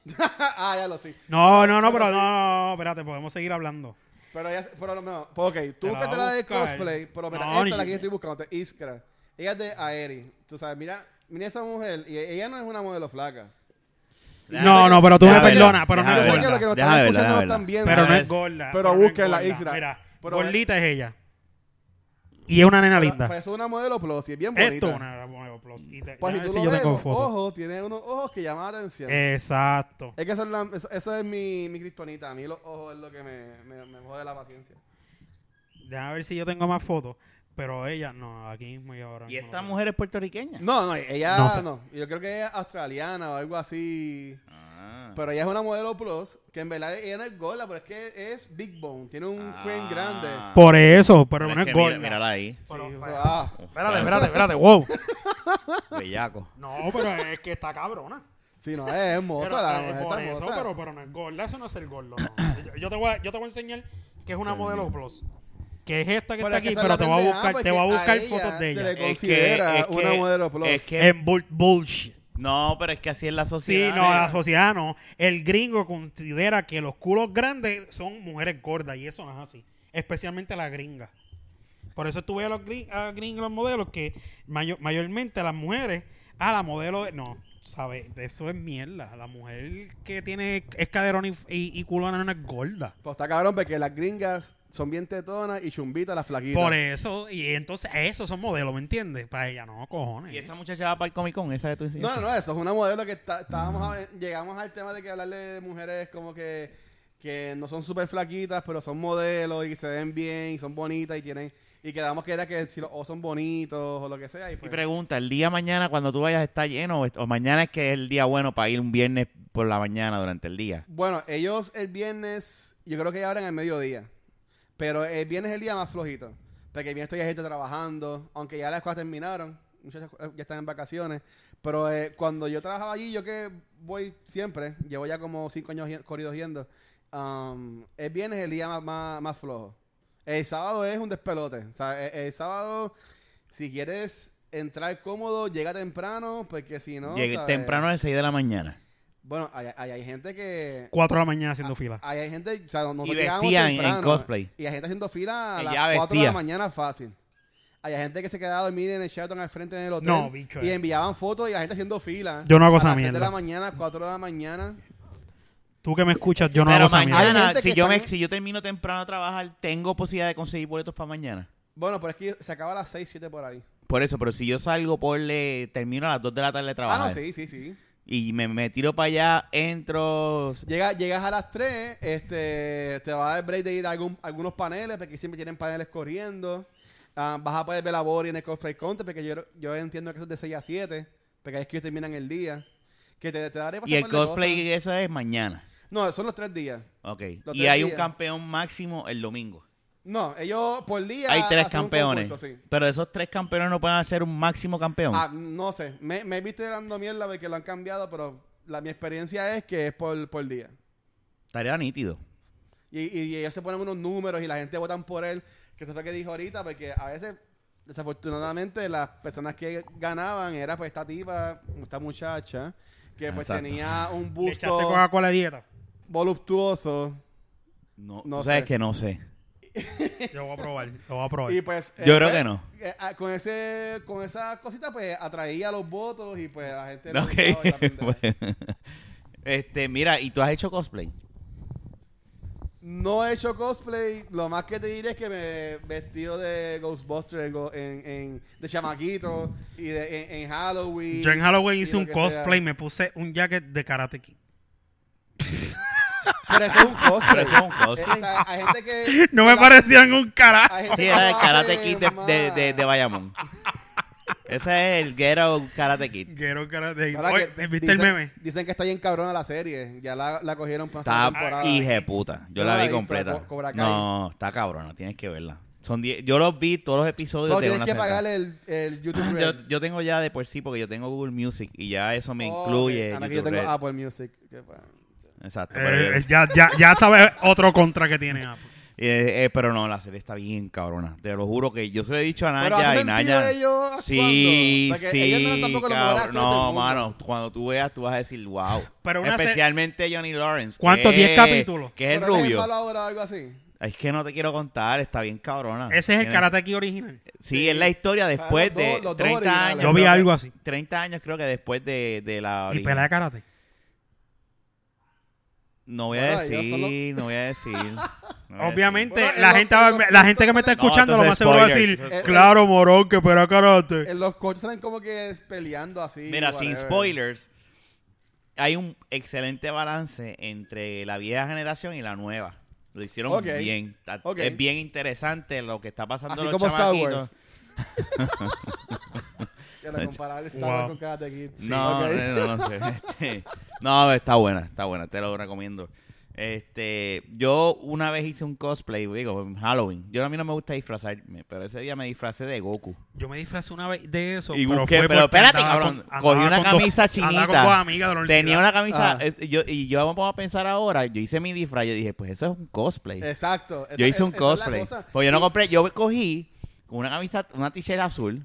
ah, ya lo sí. No, no, no, pero no, no, no, espérate, podemos seguir hablando. Pero ella, pero no, no, pues, ok, tú Te la buscaste voy a la de buscar. cosplay, pero mira, No, esta ni- es la que yo estoy buscando, te- Iskra. Ella es de Aeri. Tú sabes, mira, mira esa mujer, y e, ella no es una modelo flaca. no, no, pero tú me Déjame verla, perdonas, pero no déjame es Yo sé verla, que los que nos déjame verla, están escuchando no déjame verla. están viendo. Pero no ver. es gorda. Pero no es búsquenla, gorda. Isra. Mira, Pero- gordita es ella. Y es una nena Pero- linda. pero es una modelo plus, y es bien bonita. Esto es una modelo Plus. Y te- Pues déjame si tú ver lo si yo ves, tengo los fotos. ojos, tiene unos ojos que llaman la atención. Eh. Exacto. Es que esa es la- eso, eso es mi, mi kriptonita. A mí los ojos es lo que me, me, me jode la paciencia. Déjame ver si yo tengo más fotos. Pero ella, no, aquí mismo y ahora. ¿Y mismo esta no. mujer es puertorriqueña? No, no, ella No no. sé. Yo creo que ella es australiana o algo así. Ah. Pero ella es una modelo plus, que en verdad ella no es gorda, pero es que es big bone, tiene un Ah. frame grande. Por eso, pero Pero no es es que mira- gorda. Mírala ahí. Sí, Bueno, fue- ah. pues, Espérate, espérate, espérate, wow. Bellaco. No, pero es que está cabrona. Sí, no, es hermosa Pero, la eh, por mujer, está eso, hermosa. pero, pero no es gorda, eso no es el gordo. no. Yo, yo te voy a, yo te voy a enseñar que es una modelo plus. Que es esta que Pero está es aquí, que esa pero es la te voy a pendeja, buscar, porque te voy a buscar ella fotos de se ella. le- Considera una modelo plus. Es que, En bull- bullshit. no, pero es que así es la Eh, Sí, sociedad. no, la sociedad no. El gringo considera que los culos grandes son mujeres gordas y eso no es así. Especialmente la gringa. Por eso tú ves a los gring- a gringos, los modelos, que mayo- mayormente las mujeres, a la modelo, no, ¿sabes? Eso es mierda. La mujer que tiene es caderón y, y, y culona no es gorda. Pues está cabrón, porque las gringas son bien tetonas y chumbitas las flaquitas. Por eso, y entonces eso son modelos, ¿me entiendes? Para ella no, cojones. Y esa muchacha va para el Comic Con, esa de tu No, enseñanza. no, no, eso es una modelo que está- estábamos a- llegamos al tema de que hablarle de mujeres como que, que no son súper flaquitas, pero son modelos y se ven bien y son bonitas y tienen y quedamos que era que si los ojos son bonitos o lo que sea y Y pues, pregunta, ¿el día mañana cuando tú vayas está lleno? o- ¿O mañana es que es el día bueno para ir un viernes por la mañana durante el día? Bueno, ellos el viernes, yo creo que ya abren al mediodía. Pero el viernes es el día más flojito. Porque el viernes todavía hay gente trabajando, aunque ya las cosas terminaron, muchas ya están en vacaciones. Pero eh, cuando yo trabajaba allí, yo que voy siempre, llevo ya como cinco años yi- corridos yendo, um, el viernes es el día más, más, más flojo. El sábado es un despelote. O sea, e-, el, el sábado, si quieres entrar cómodo, llega temprano, porque si no... Llegué ¿sabes? temprano a las 6 de la mañana. Bueno, hay, hay, hay gente que... 4 de la mañana Ah, haciendo fila. Ahí Ah, hay gente, o sea, nosotros Y vestían llegamos temprano, en cosplay. Y hay gente haciendo fila a Ella las 4 de vestía. la mañana fácil. Había gente que se quedaba a dormir en el Sheraton al frente del hotel. No, bicho, Y eh. enviaban fotos y la gente haciendo fila. Yo no hago A esa las tres de mierda. la mañana, 4 de la mañana. Tú que me escuchas, yo no hago Pero esa mierda. Hay mañana, gente si que yo, está- me, si yo termino temprano a trabajar, tengo posibilidad de conseguir boletos para mañana. Bueno, pero es que se acaba a las 6, 7 por ahí. Por eso, pero si yo salgo, por le termino a las 2 de la tarde de trabajar. Ah, no, sí, sí, sí. Y me, me tiro para allá, entro. Llega, llegas a las 3, este, te va a dar break de ir a algún- algunos paneles, porque siempre tienen paneles corriendo. Ah, vas a poder ver la Bori en el cosplay contest, porque yo, yo entiendo que eso es de 6 a 7, porque ahí es que ellos terminan el día. Que te, te daré Y el cosplay, eso es mañana. No, son los tres días. Ok. Los Y tres hay un días. campeón máximo el domingo. No, ellos por día. Hay tres hacen un campeones. concurso, sí. Pero esos tres campeones no pueden hacer un máximo campeón. Ah, no sé. Me, me viste dando mierda de que lo han cambiado, pero la, mi experiencia es que es por, por día. Tarea nítido. Y, y- y ellos se ponen unos números y la gente votan por él, que eso fue lo que dijo ahorita, porque a veces, desafortunadamente, las personas que ganaban era pues esta tipa, esta muchacha, que pues Exacto. tenía un Le echaste busto Coca-Cola a dieta. voluptuoso. No, No tú sabes sé. que no sé. Yo voy a probar, lo voy a probar. Y pues... Yo eh, creo pues, que no. eh, ah, con ese con esa cosita pues atraía los votos y pues la gente... le Ok. gustaba y la pendeja. Bueno. este, mira, ¿y tú has hecho cosplay? No he hecho cosplay. Lo más que te diré es que me he vestido de Ghostbusters en, go- en- en- de chamaquito y de, en, en Halloween. Yo en Halloween pues, y hice lo un que cosplay, sea. me puse un jacket de Karate Kid. Pero eso es un Pero cosplay. eso es un cosplay. Eh, o sea, hay gente que. No me la- parecían un carajo. hay gente Sí, que era lo el hace Karate Kid de, más- de, de, de Bayamón. Ese es el ghetto Karate Kid. Quiero Karate Kid. Ahora Oye, que ¿Viste el dicen- meme? Dicen que está bien cabrona la serie. Ya la, la cogieron para Está hacer temporada. hija de puta. Yo Yo la la he vi visto, completa. Co- Cobra Kai. No, está cabrona. Tienes que verla. Son diez- yo los vi todos los episodios No, de tienes una que sentada. pagar el, el YouTube Red. yo, yo tengo ya de por sí porque yo tengo Google Music y ya eso me Oh, incluye. ok. Ahora que yo YouTube tengo Red. Apple Music. que, pues, Exacto. pero, Eh, yo- eh, ya, ya, ya sabes otro contra que tiene Apple. eh, eh, pero no, la serie está bien cabrona. Te lo juro que yo se lo he dicho a Pero Naya hace y sentido Naya. ellos Sí, actuando. O sea, que ellos no eran sí. tampoco los cabrón. mejores actores del no, mundo. mano, cuando tú veas, tú vas a decir, wow. Pero una se- Especialmente Johnny Lawrence. ¿Cuántos? que- ¿Diez capítulos? Que es el Pero él rubio. malo ahora o algo así. Es que no te quiero contar, está bien cabrona. Ese es el Ah, Tiene- Karate Kid original. Sí, es la historia después los dos- de los dos 30 originales. años. Yo vi creo que- algo así. 30 años creo que después de, de la... Y original. pelea de karate. No voy a Bueno, yo decir, no voy a decir. no voy a Obviamente, Bueno, en la, los- gente, en va- los la gente que me está puntos escuchando salen- lo Ah, No, más seguro va a entonces, decir, spoiler. claro, morón, que pelea karate. En Eh, los coches salen como que peleando así. decir. Mira, whatever. sin spoilers, hay un excelente balance entre la vieja generación y la nueva. Lo hicieron Ok, bien. Ta- ok. Es bien interesante lo que está pasando Así los como Star chamaquitos. Wars. Ya lo comparar Star Wow. Wars con Karate Kid. No, Ok. no, no, no, sé. Este, no, está buena, está buena, te lo recomiendo. Este, yo una vez hice un cosplay, digo, en Halloween. Yo a mí no me gusta disfrazarme, pero ese día me disfracé de Goku. Yo me disfrazé una vez de eso. Y pero busqué- fue pero porque espérate, andaba cabrón. con- Cogí andaba una con dos- camisa Andaba chinita. con dos amigas de la universidad. Tenía una camisa, Ajá. es- yo, y yo me pongo a pensar ahora, yo hice mi disfraz, yo dije, pues eso es un cosplay. Exacto. Esa- yo hice un esa- esa es la cosplay. cosa. Pues yo no compré, yo cogí una camisa, una t-shirt azul,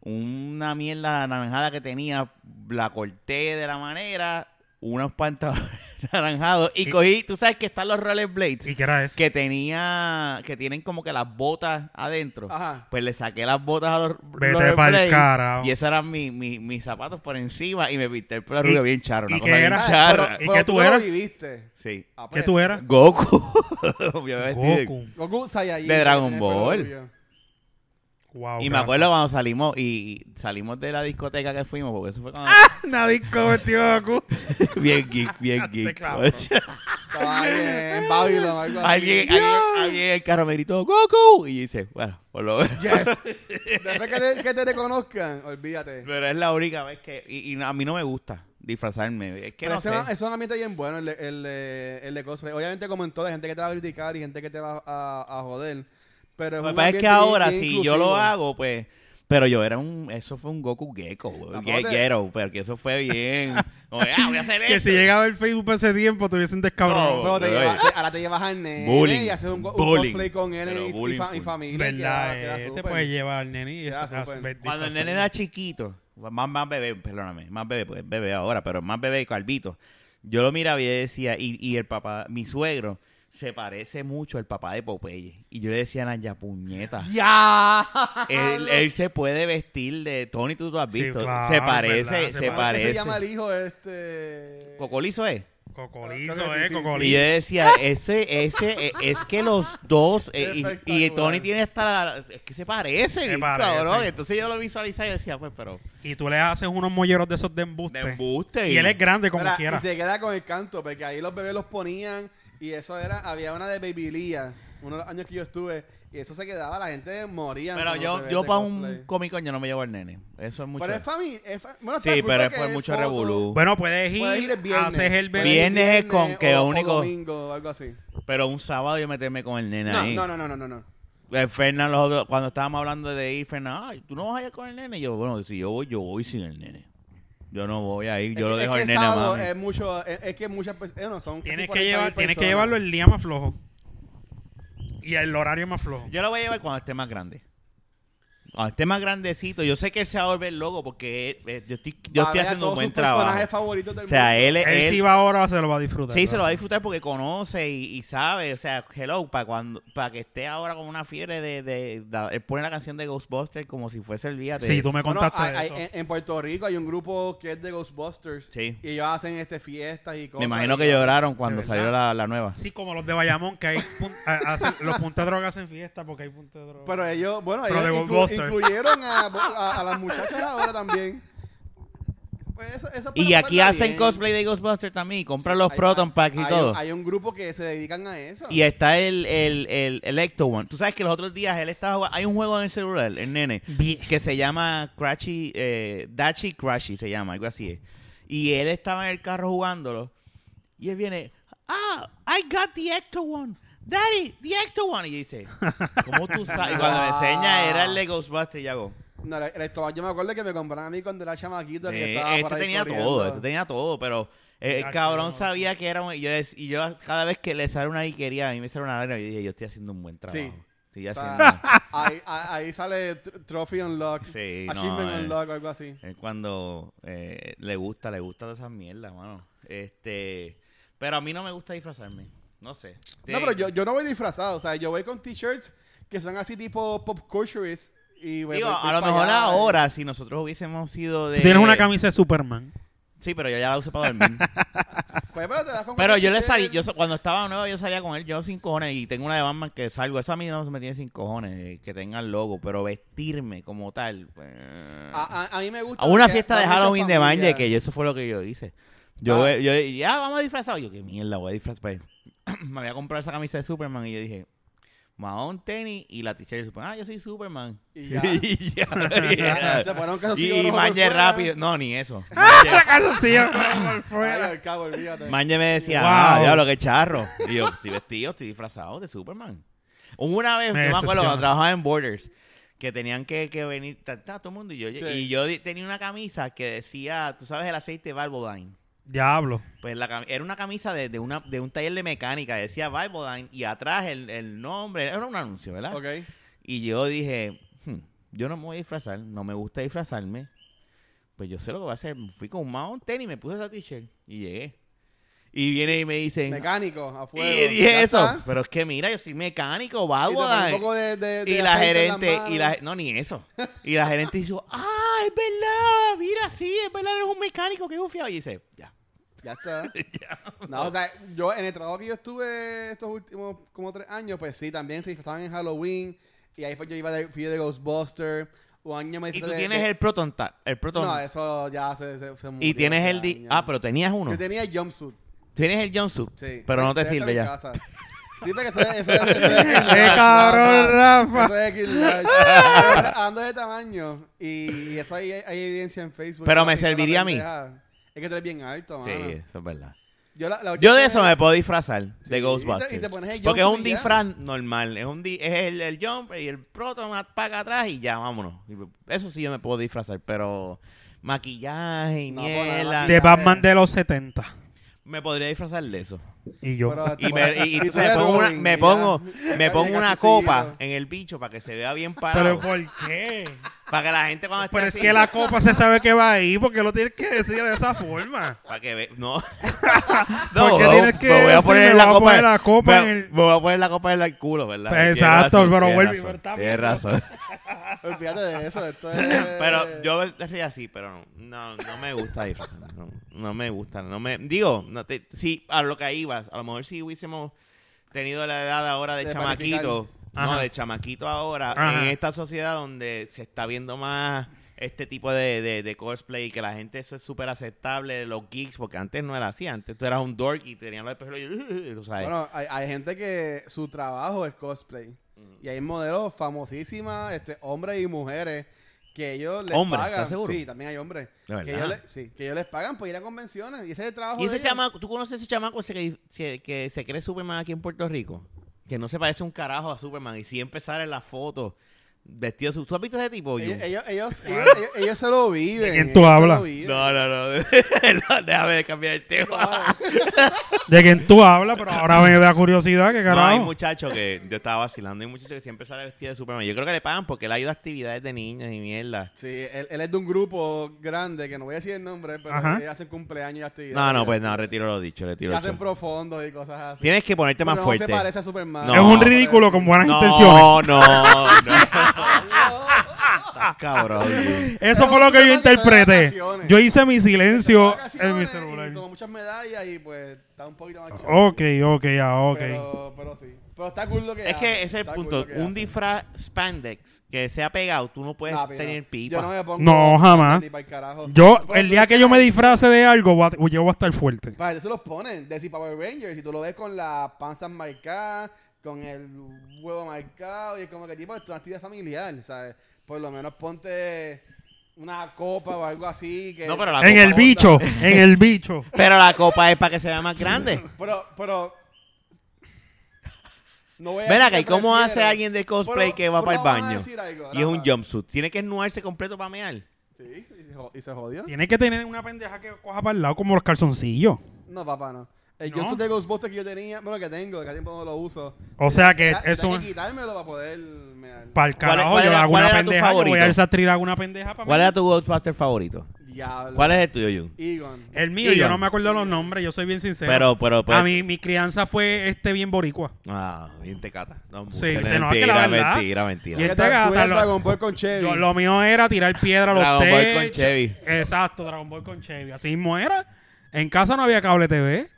una mierda anaranjada que tenía, la corté de la manera, unos pantalones anaranjados y Y- cogí, tú sabes que están los rollerblades ¿Y qué era eso? que tenía, que tienen como que las botas adentro. Ajá. Pues le saqué las botas a los Vete rollerblades pa'l carajo. Y esos eran mi- mi- mis zapatos por encima y me pinté el pelo ¿Y- rubio bien charro. y Una qué cosa bien Ah, era? charra. ¿Y qué tú lo eras? viviste. Sí. Ah, ¿Qué pues, tú eras? Goku. Yo me vestí de- Goku. Goku Saiyajin. De que Dragon tenía el pelo Ball. rubio. Ah, Wow, Y me gracias. acuerdo cuando salimos y y salimos de la discoteca que fuimos, porque eso fue cuando... Nadie cometió Goku. bien geek, bien Hazte geek. claro. coach. Estaba ahí en Babylon o algo así. alguien, alguien, alguien en el carro me gritó, Goku. Y yo hice, bueno, por lo menos. Yes. Después que te, que te reconozcan, olvídate. Pero es la única vez que... Y, y a mí no me gusta disfrazarme. Es que Pero no ese sé. va- es un ambiente bien bueno el, de- el de- el de cosplay. Obviamente, como en todo, hay gente que te va a criticar y gente que te va a, a joder. Pero es Lo que un pasa es ambiente que ahora, bien- si bien yo lo inclusivo. hago, pues. Pero yo era un. Eso fue un Goku Gecko. Tampoco ge- te- Ghetto, pero que eso fue bien. Como, ah, voy a hacer que esto. si llegaba el Facebook para ese tiempo, te hubiesen descabrado. No. Pero te Oye. lleva- te- ahora te llevas al nene eh. Bullying. y haces un, go- un Bullying. cosplay con él Pero y- y, bullying fa- y full. familia. ¿Verdad? queda- queda eh, te súper. puede llevar al nene y Queda eso, súper. hace- Cuando el nene era chiquito, más, más bebé, perdóname, más bebé, porque es bebé ahora, pero más bebé, calvito. Yo lo miraba y yo decía, y, y el papá, mi suegro, se parece mucho al papá de Popeye. Y yo le decía a Naya, puñeta. ¡Ya! Él, él se puede vestir de Tony, tú lo has Sí, visto. claro, se es parece, verdad, se se, parece. parece. se llama el hijo este? ¿Cocolizo es? Cocolizo, Creo que eh, sí, sí, Y cocolizo. yo decía, ese, ese, eh, es que los dos, eh, y, y Espectacular. Tony tiene hasta la, es que se parecen, Se cabrón. parecen. Entonces yo lo visualizaba y decía, pues, pero, Y tú le haces unos molleros de esos de de embuste. embuste. Y él es grande como Mira, quiera. Y se queda con el canto, porque ahí los bebés los ponían y eso era, había una de Baby Lía, uno de los años que yo estuve, y eso se quedaba, la gente moría. Pero yo, yo para un cómico yo no me llevo al nene. Eso es mucho. Pero es familia, es fa- bueno, Sí, está cool pero es porque por mucho foto, revolú. Bueno, puedes ir, Puedes ir el viernes. haces el puedes bebé. ir Viernes es con viernes que o- o único- domingo o algo así. Pero un sábado yo meterme con el nene No, ahí. no, no, no, no, no. Eh, Fernan, los otros- cuando estábamos hablando de ir, Fernan, ay, tú no vas a ir con el nene. Y yo, bueno, si yo voy, yo voy sin el nene. Yo no voy a ir, yo Es lo que- dejo es al que nene a sábado mami. Es, mucho, es, es que muchas personas, eh, no, son casi Tienes que, 40.000 llevar, tienes que personas. llevarlo el día más flojo. Y el horario más flojo. Yo lo voy a llevar cuando esté más grande. Cuando esté más grandecito, yo sé que él se va a volver loco porque él- eh, yo estoy, yo Va a estoy ver a haciendo todos un buen sus personajes trabajo. favoritos del O sea, mundo. él, él, él- si va ahora se lo va a disfrutar. Sí, se lo va a ¿verdad? disfrutar porque conoce y, y sabe. O sea, hello, para cuando para que esté ahora como una fiebre de, de- de- él pone la canción de Ghostbusters como si fuese el día de. Sí, tú me Bueno, contaste hay- de hay- eso. en, en Puerto Rico hay un grupo que es de Ghostbusters. Sí. Y ellos hacen este fiestas y cosas. Me imagino y- que lloraron cuando ¿De salió verdad? la, la nueva. Sí, como los de Bayamón, que hay pun- a- hacen- los punta de droga hacen fiesta porque hay punta de droga. Pero ellos, bueno, Pero de ellos inclu- Ghostbusters. incluyeron a, a- a las muchachas ahora también. Pues eso- eso Y para aquí pasarla hacen bien. cosplay de Ghostbusters también. y Compran los Hay- Proton Pack y hay- todo. Hay un grupo que se dedican a eso. Y está el, el, el Electo One. Tú sabes que los otros días él estaba jugando- Hay un juego en el celular, el nene, Bien. que se llama Crashy, eh, Dachi Crashy se llama, algo así es. Y él estaba en el carro jugándolo. Y él viene, ah, I got the Ecto One. Daddy, the Ecto One. Y dice, ¿cómo tú sabes? Y cuando me enseña era el de Ghostbusters y yo hago, No, el- el Escobar, yo me acuerdo que me compraron a mí cuando era chamaquito. que eh, estaba por este ahí tenía corriendo. todo, este tenía todo, pero eh, Ya, el cabrón cabrón. sabía que era un, y yo, dec- y yo cada vez que le sale una liquería, a mí me sale una lana, yo dije, yo estoy haciendo un buen trabajo. Sí. Estoy O haciendo... sea, ahí, ahí- ahí sale tr- Trophy Unlock, Sí, no, Achievement eh. Unlock, algo así. Es cuando eh, le gusta, le gusta de esas mierdas, mano. Este, pero a mí no me gusta disfrazarme. No sé. Te- No, pero yo, yo no voy disfrazado. O sea, yo voy con t-shirts que son así tipo pop culturist. Y voy- Digo, voy- voy a lo pa' mejor allá. eh. ahora, si nosotros hubiésemos sido de... Tú tienes una camisa de Superman. Sí, pero yo ya la uso para dormir. Pues, pero te vas con pero cualquier yo le t-shirt. salí, yo sa- cuando estaba nuevo yo salía con él, yo sin cojones, y tengo una de Batman que salgo, esa a mí no me tiene sin cojones, eh, que tenga el logo, pero vestirme como tal. pues, A, a- a mí me gusta. A una porque fiesta de va mucha Halloween de familia. Manje, que yo- eso fue lo que yo hice. Yo, Ah. eh, yo eh, ya vamos disfrazados. Yo, qué mierda, voy a disfrazar. Me voy a comprar esa camisa de Superman y yo dije, me voy a un tenis y la t-shirt de Superman. Ah, yo soy Superman. Y ya. Y ya, Ya, te ponen un Y, calzoncillo y rojo por Manje fuera. rápido. No, ni eso. La calzoncillo por Ay, fuera. al cabo, olvídate. Manje me decía, Wow. ah, diablo, qué charro. Y yo, estoy vestido, estoy disfrazado de Superman. Una vez, Me yo me acuerdo decepciona. cuando trabajaba en Borders, que tenían que, que venir ta- ta, todo el mundo. Y yo, Sí. y yo di- tenía una camisa que decía, tú sabes, el aceite Valvoline. Diablo. Pues la, cam- era una camisa de, de una, de un taller de mecánica, decía Valvoline, y atrás el, el nombre, era un anuncio, ¿verdad? Ok. Y yo dije, "Hmm, yo no me voy a disfrazar, no me gusta disfrazarme. Pues yo sé lo que voy a hacer. Fui con un mountain tenis, me puse esa t-shirt y llegué. Y viene y me dicen, "Ah, Mecánico, a y fuego. Ya dije eso. está. Pero es que mira, yo soy mecánico, Y te ponen Valvoline. un poco de- de- de Y la aceite en las gerente, y la, manos. no, ni eso. Y la gerente dijo, ah, es verdad, mira, sí, es verdad, eres un mecánico, qué bufiado. Y dice, ya. Ya está. No, o sea, yo en el trabajo que yo estuve estos últimos como tres años, pues sí, también se disfrazaban en Halloween. Y ahí pues yo iba de, fui de Ghostbuster. Un año me Y tú disfrazé de- tienes de- el Proton Tap, el Proton. No, eso ya se, se, se murió y tienes hace el di- años. Ah, pero tenías uno. Yo tenía el jumpsuit, Tienes el jumpsuit, sí. pero no Ahí te está en sirve mi ya. casa. Sí, porque eso es... Eso es, eso es ¡Qué cabrón, Rafa! Eso es X-Large. Hablando de tamaño, y, y eso hay, hay evidencia en Facebook. Pero me Una pistola serviría a mí. pendeja. Es que tú eres bien alto, Sí, mano. eso es verdad. Yo, la- la Yo última de vez- eso me puedo disfrazar, Sí, y de te- Ghostbusters. y te pones el Porque es jumpsuit un y ya. disfraz normal. Es, un di- es el, el jumper y el Proton paga atrás y ya, vámonos. Y Eso sí yo me puedo disfrazar, pero maquillaje y No, pues, nada, mierda. maquillaje. De Batman de los 70. me podría disfrazar de eso. Y yo. Pero- Y me, y- y tú Pues, Y tú sabes, eres pongo una- Robin, me ya. pongo, me Ya pongo llegas una así, ¿no? copa en el bicho para que se vea bien parado. ¿Pero por qué? para que la gente cuando Ah, esté Pero es así- que la copa se sabe que va ahí, porque lo tienes que decir de esa forma. Para que ve... No. Porque me- tienes que me voy a decir, poner me la voy a copa, poner la copa me- en el- Me voy a poner la copa en el culo, ¿verdad? Pues Tienes exacto, razón, pero tienes vuelve y razón, está Tienes bien. razón. Olvídate de eso. Esto es... Eh. Pero yo decía así, pero no, no, no me gusta disfrazarme. No, no me gusta. No me, digo, no te- sí, a lo que ibas. A lo mejor si hubiésemos tenido la edad ahora de, De chamaquito. planificar. No, Ajá. de chamaquito ahora. Ajá. En esta sociedad donde se está viendo más este tipo de, de, de cosplay y que la gente eso es súper aceptable, los geeks, porque antes no era así. Antes tú eras un dork y tenían los pelos y tú sabes. Bueno, hay, hay gente que su trabajo es cosplay. Y hay modelos famosísimas, este, hombres y mujeres, que ellos les Hombres, pagan. ¿estás seguro? Sí, también hay hombres. ¿De verdad? Que ellos, le- sí, que ellos les pagan por ir a convenciones. Y ese es el trabajo. Y ese de ellos. chamaco, ¿tú conoces ese chamaco ese que, se- que se cree Superman aquí en Puerto Rico? Que no se parece un carajo a Superman y siempre sale en la foto vestido de su... ¿Tú has visto ese tipo? Ellos, Jun? ellos, ellos, ellos- ellos- ellos se lo viven. ¿De quién ellos tú se lo hablas? viven. No, no, no. No, Déjame de cambiar el tema. De quien tú hablas, pero ahora me da curiosidad, que No, hay carajo. muchachos que... Yo estaba vacilando. Hay muchachos que siempre sale vestido de Superman. Yo creo que le pagan porque él ha ido a actividades de niños y mierda. Sí, él, él es de un grupo grande, que no voy a decir el nombre, pero Ajá. ellos hacen cumpleaños y actividades. No, no, pues no. Retiro lo dicho. Y Retiro lo hacen dicho. profundos y cosas así. Tienes que ponerte Pero más fuerte. No se parece a Superman. No. es un ridículo con buenas intenciones. No, no, no. Estás cabrón. Eso Jun. Pero fue lo que yo Superman está de interpreté. vacaciones. Yo hice mi silencio Vacaciones en mi Y celular. tomó muchas medallas y pues está un poquito más chido. Ok, ok, ya, ok. Pero, pero sí. Pero está cool lo que Es que ese es el está cool punto. lo que Un hace. disfraz spandex que sea pegado, tú no puedes Nah, pero tener Yo pipa. no me pongo No, jamás. Ni para el carajo. Yo, Pero el tú día ves que yo me hay- disfrace de algo, voy a- yo voy a estar fuerte. Para eso los ponen. De si Power Rangers. Y tú lo ves con las panzas marcadas, con el huevo marcado. Y es como que tipo, esto es una actividad familiar, ¿sabes? Por lo menos ponte una copa o algo así. Que No, pero Ah, la En copa. el bicho, en el bicho. Pero la copa es para que se vea más grande. Pero, pero. No voy a Ven decir acá, ¿y qué cómo hace prefiero. alguien de cosplay Pero- que va pero para el vamos a baño? decir algo, Y es un Rafa. jumpsuit. Tiene que esnuarse completo para mear. Sí, y se jo- y se jodió. Tiene que tener una pendeja que coja para el lado como los calzoncillos. No, papá, no. El ¿No? Johnson de Ghostbusters que yo tenía, bueno, que tengo, que hace tiempo no lo uso. O sea que Ya- ya eso Hay que quitármelo para poder. mear. Para el ¿Cuál- carajo, cuál yo era- hago cuál una era tu pendeja. Yo voy favorito? a desatrir alguna pendeja para ¿Cuál era tu Ghostbuster favorito? Diablo. ¿Cuál es el tuyo, Jun? Egon. El mío, Ian. yo no me acuerdo los nombres, yo soy bien sincero. Pero, pues- pero, pero. A mí, mi crianza fue este bien boricua. Ah, bien te cata. No, Sí, mentira, te- no, es que la verdad- mentira, mentira, Y mentira. el- Tú eres- tú gata, eres lo- Dragon Ball con Chevy. Yo- lo mío era tirar piedra a los Dragon Ball techos. con Chevy. Exacto, Dragon Ball con Chevy. Así mismo era. En casa no había cable TV.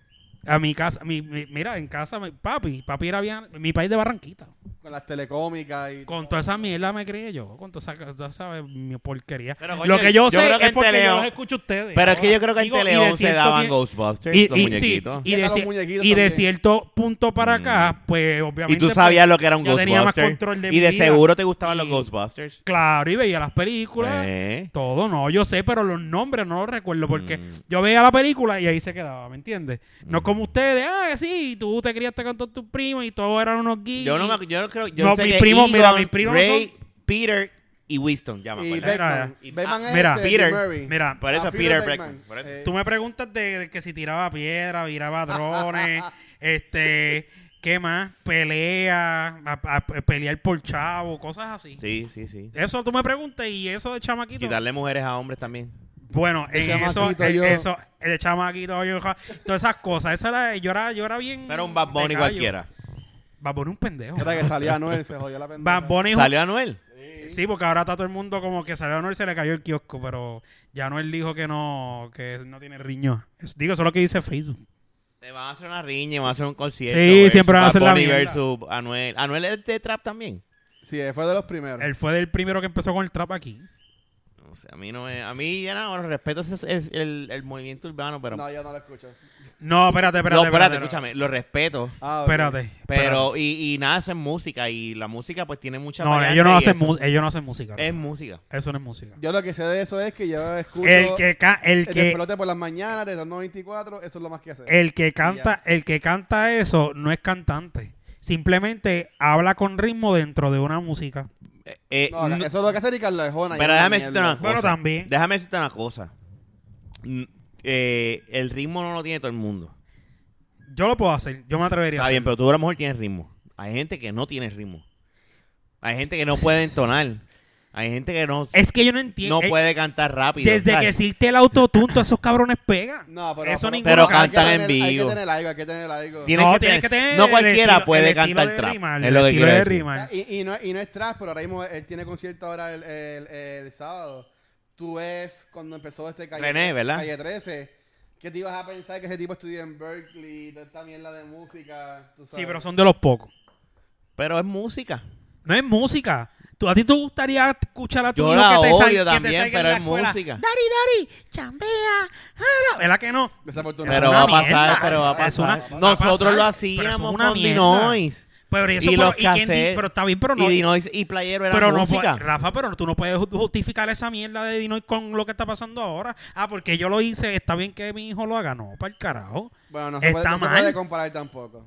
A mi casa, mi, mi- mira, en casa, mi- papi, papi era bien, mi país de Barranquita. Con las telecómicas y. Con toda esa mierda me crié yo, con toda esa, toda esa, mi porquería. Pero, coño, Lo que yo, yo sé creo que es en porque Teleón- yo los escucho a ustedes. Pero es que yo creo que en Digo, y de Teleón se cierto daban que- Ghostbusters, y, los y sí, muñequitos. y, Y de, hasta los cier- muñequitos y de también. cierto punto para Mm. acá, pues Y obviamente. tú sabías pues, lo que era un yo tenía más Ghostbuster. control de Y mi de vida. seguro te gustaban los Y- Ghostbusters. Claro, y veía las películas. Eh. Todo, no, yo sé, pero los nombres no los recuerdo porque Mm. yo veía la película y ahí se quedaba, ¿me entiendes? No es como ustedes, ah, sí, tú te criaste con todos tus primos y todos eran unos geeks. Yo no me ac- yo no creo. Yo No, sé mis que primos, mira, Egon, mis primos Ray, Peter y Winston, ya me Y acuerdo. Beck- Beckman. Y- Beckman ah, es mira, este, Jim Peter, Murray. Mira, Por eso Ah, Peter Beckman, por eso. Eh, tú me preguntas de, de que si tiraba piedra, viraba drones, este, ¿qué más? Pelea, a- a- a pelear por chavo, cosas así. Sí, sí, sí. Eso tú me preguntas y eso de chamaquito. Quitarle mujeres a hombres también. Bueno, El en eso, chamaquito en yo. eso, el chamaquito, yo, todas esas cosas. Eso era, yo era, Mm. yo era bien. Pero un Bad Bunny de callo. cualquiera. Bad Bunny un pendejo. Hasta que salía Noel, se jodió la pendeja. Bad Bunny es un- ¿Salió Anuel? Sí, porque ahora está todo el mundo como que salió a Noel y se le cayó el kiosco, pero ya Noel dijo que no, que no tiene riñón. Es- Digo, eso es lo que dice Facebook. Te van a hacer una riña, y van a hacer un concierto. Sí, versus siempre van a Bad hacer la Bunny mierda. versus Anuel. Anuel es de trap también. Sí, fue de los primeros. Él fue del primero que empezó con el trap aquí. O sea, a mí no me, a mí ya no, bueno, respeto ese- es, el, el movimiento urbano, pero No, yo no lo escucho. No, espérate, espérate. no, espérate, espérate. escúchame, lo respeto. Ah, ok. Espérate. Pero, y, y nada, hacen música. Y la música, pues tiene mucha. No, variante ellos no, y hacen eso mu- ellos no hacen música. Es música. Eso no es música. Yo lo que sé de eso es que yo escucho El que, ca- el el que, Eh, pelote por las mañanas de 24, eso es lo más que hace. el que canta, el que canta eso no es cantante. Simplemente habla con ritmo dentro de una música. Eh, eh, No, no- eso es lo que hace Ricardo Arjona. Pero y déjame mierda. decirte una cosa. Bueno, también. Déjame decirte una cosa. Mm, eh, el ritmo no lo tiene todo el mundo. Yo lo puedo hacer, yo me atrevería. a Está bien, hacerlo. pero tú a lo mejor tienes ritmo. Hay gente que no tiene ritmo. Hay gente que no puede entonar. Hay gente que no, Es que yo no entiendo. no eh, puede cantar rápido. desde que ¿sabes? existe el autotunto, esos cabrones pegan. No, pero, Eso ninguno Pero canta. hay que cantan en tener- Hay que vivo. tener algo, hay que tener algo. Tienes no, que tienes tener- que tener. no el cualquiera estilo- puede el estilo cantar de trap, rimar, es lo el que estilo quiero de decir. rimar. Y, y no, y no es trash, pero ahora mismo él tiene concierto ahora el, el- el sábado. Tú ves cuando empezó este calle, René, ¿verdad? calle 13. ¿Qué te ibas a pensar que ese tipo estudió en Berkeley? Toda esta mierda de música. tú Sí, sabes? pero son de los pocos. Pero es música. No es música. ¿Tú, a ti te gustaría escuchar a tu Yo hijo la que te sal- odio que te también, salga en pero la es escuela, música. Dari, Dari, chambea. jala". ¿Verdad que no? Desafortunado. Pero una va a pasar, mierda, pero va a eso es pasar. una- va a Nosotros pasar, lo pero eso hacíamos es una con mierda. Dinois. Pero eso, y pero, los ¿y quién di- cassettes, pero está bien, pero no. Y Dinois y Playero era pero no música. puede- Rafa, pero tú no puedes ju- justificar esa mierda de Dinoy con lo que está pasando ahora. Ah, porque yo lo hice, está bien que mi hijo lo haga. No, para el carajo. Bueno, no se, Está puede, no se mal. puede comparar tampoco.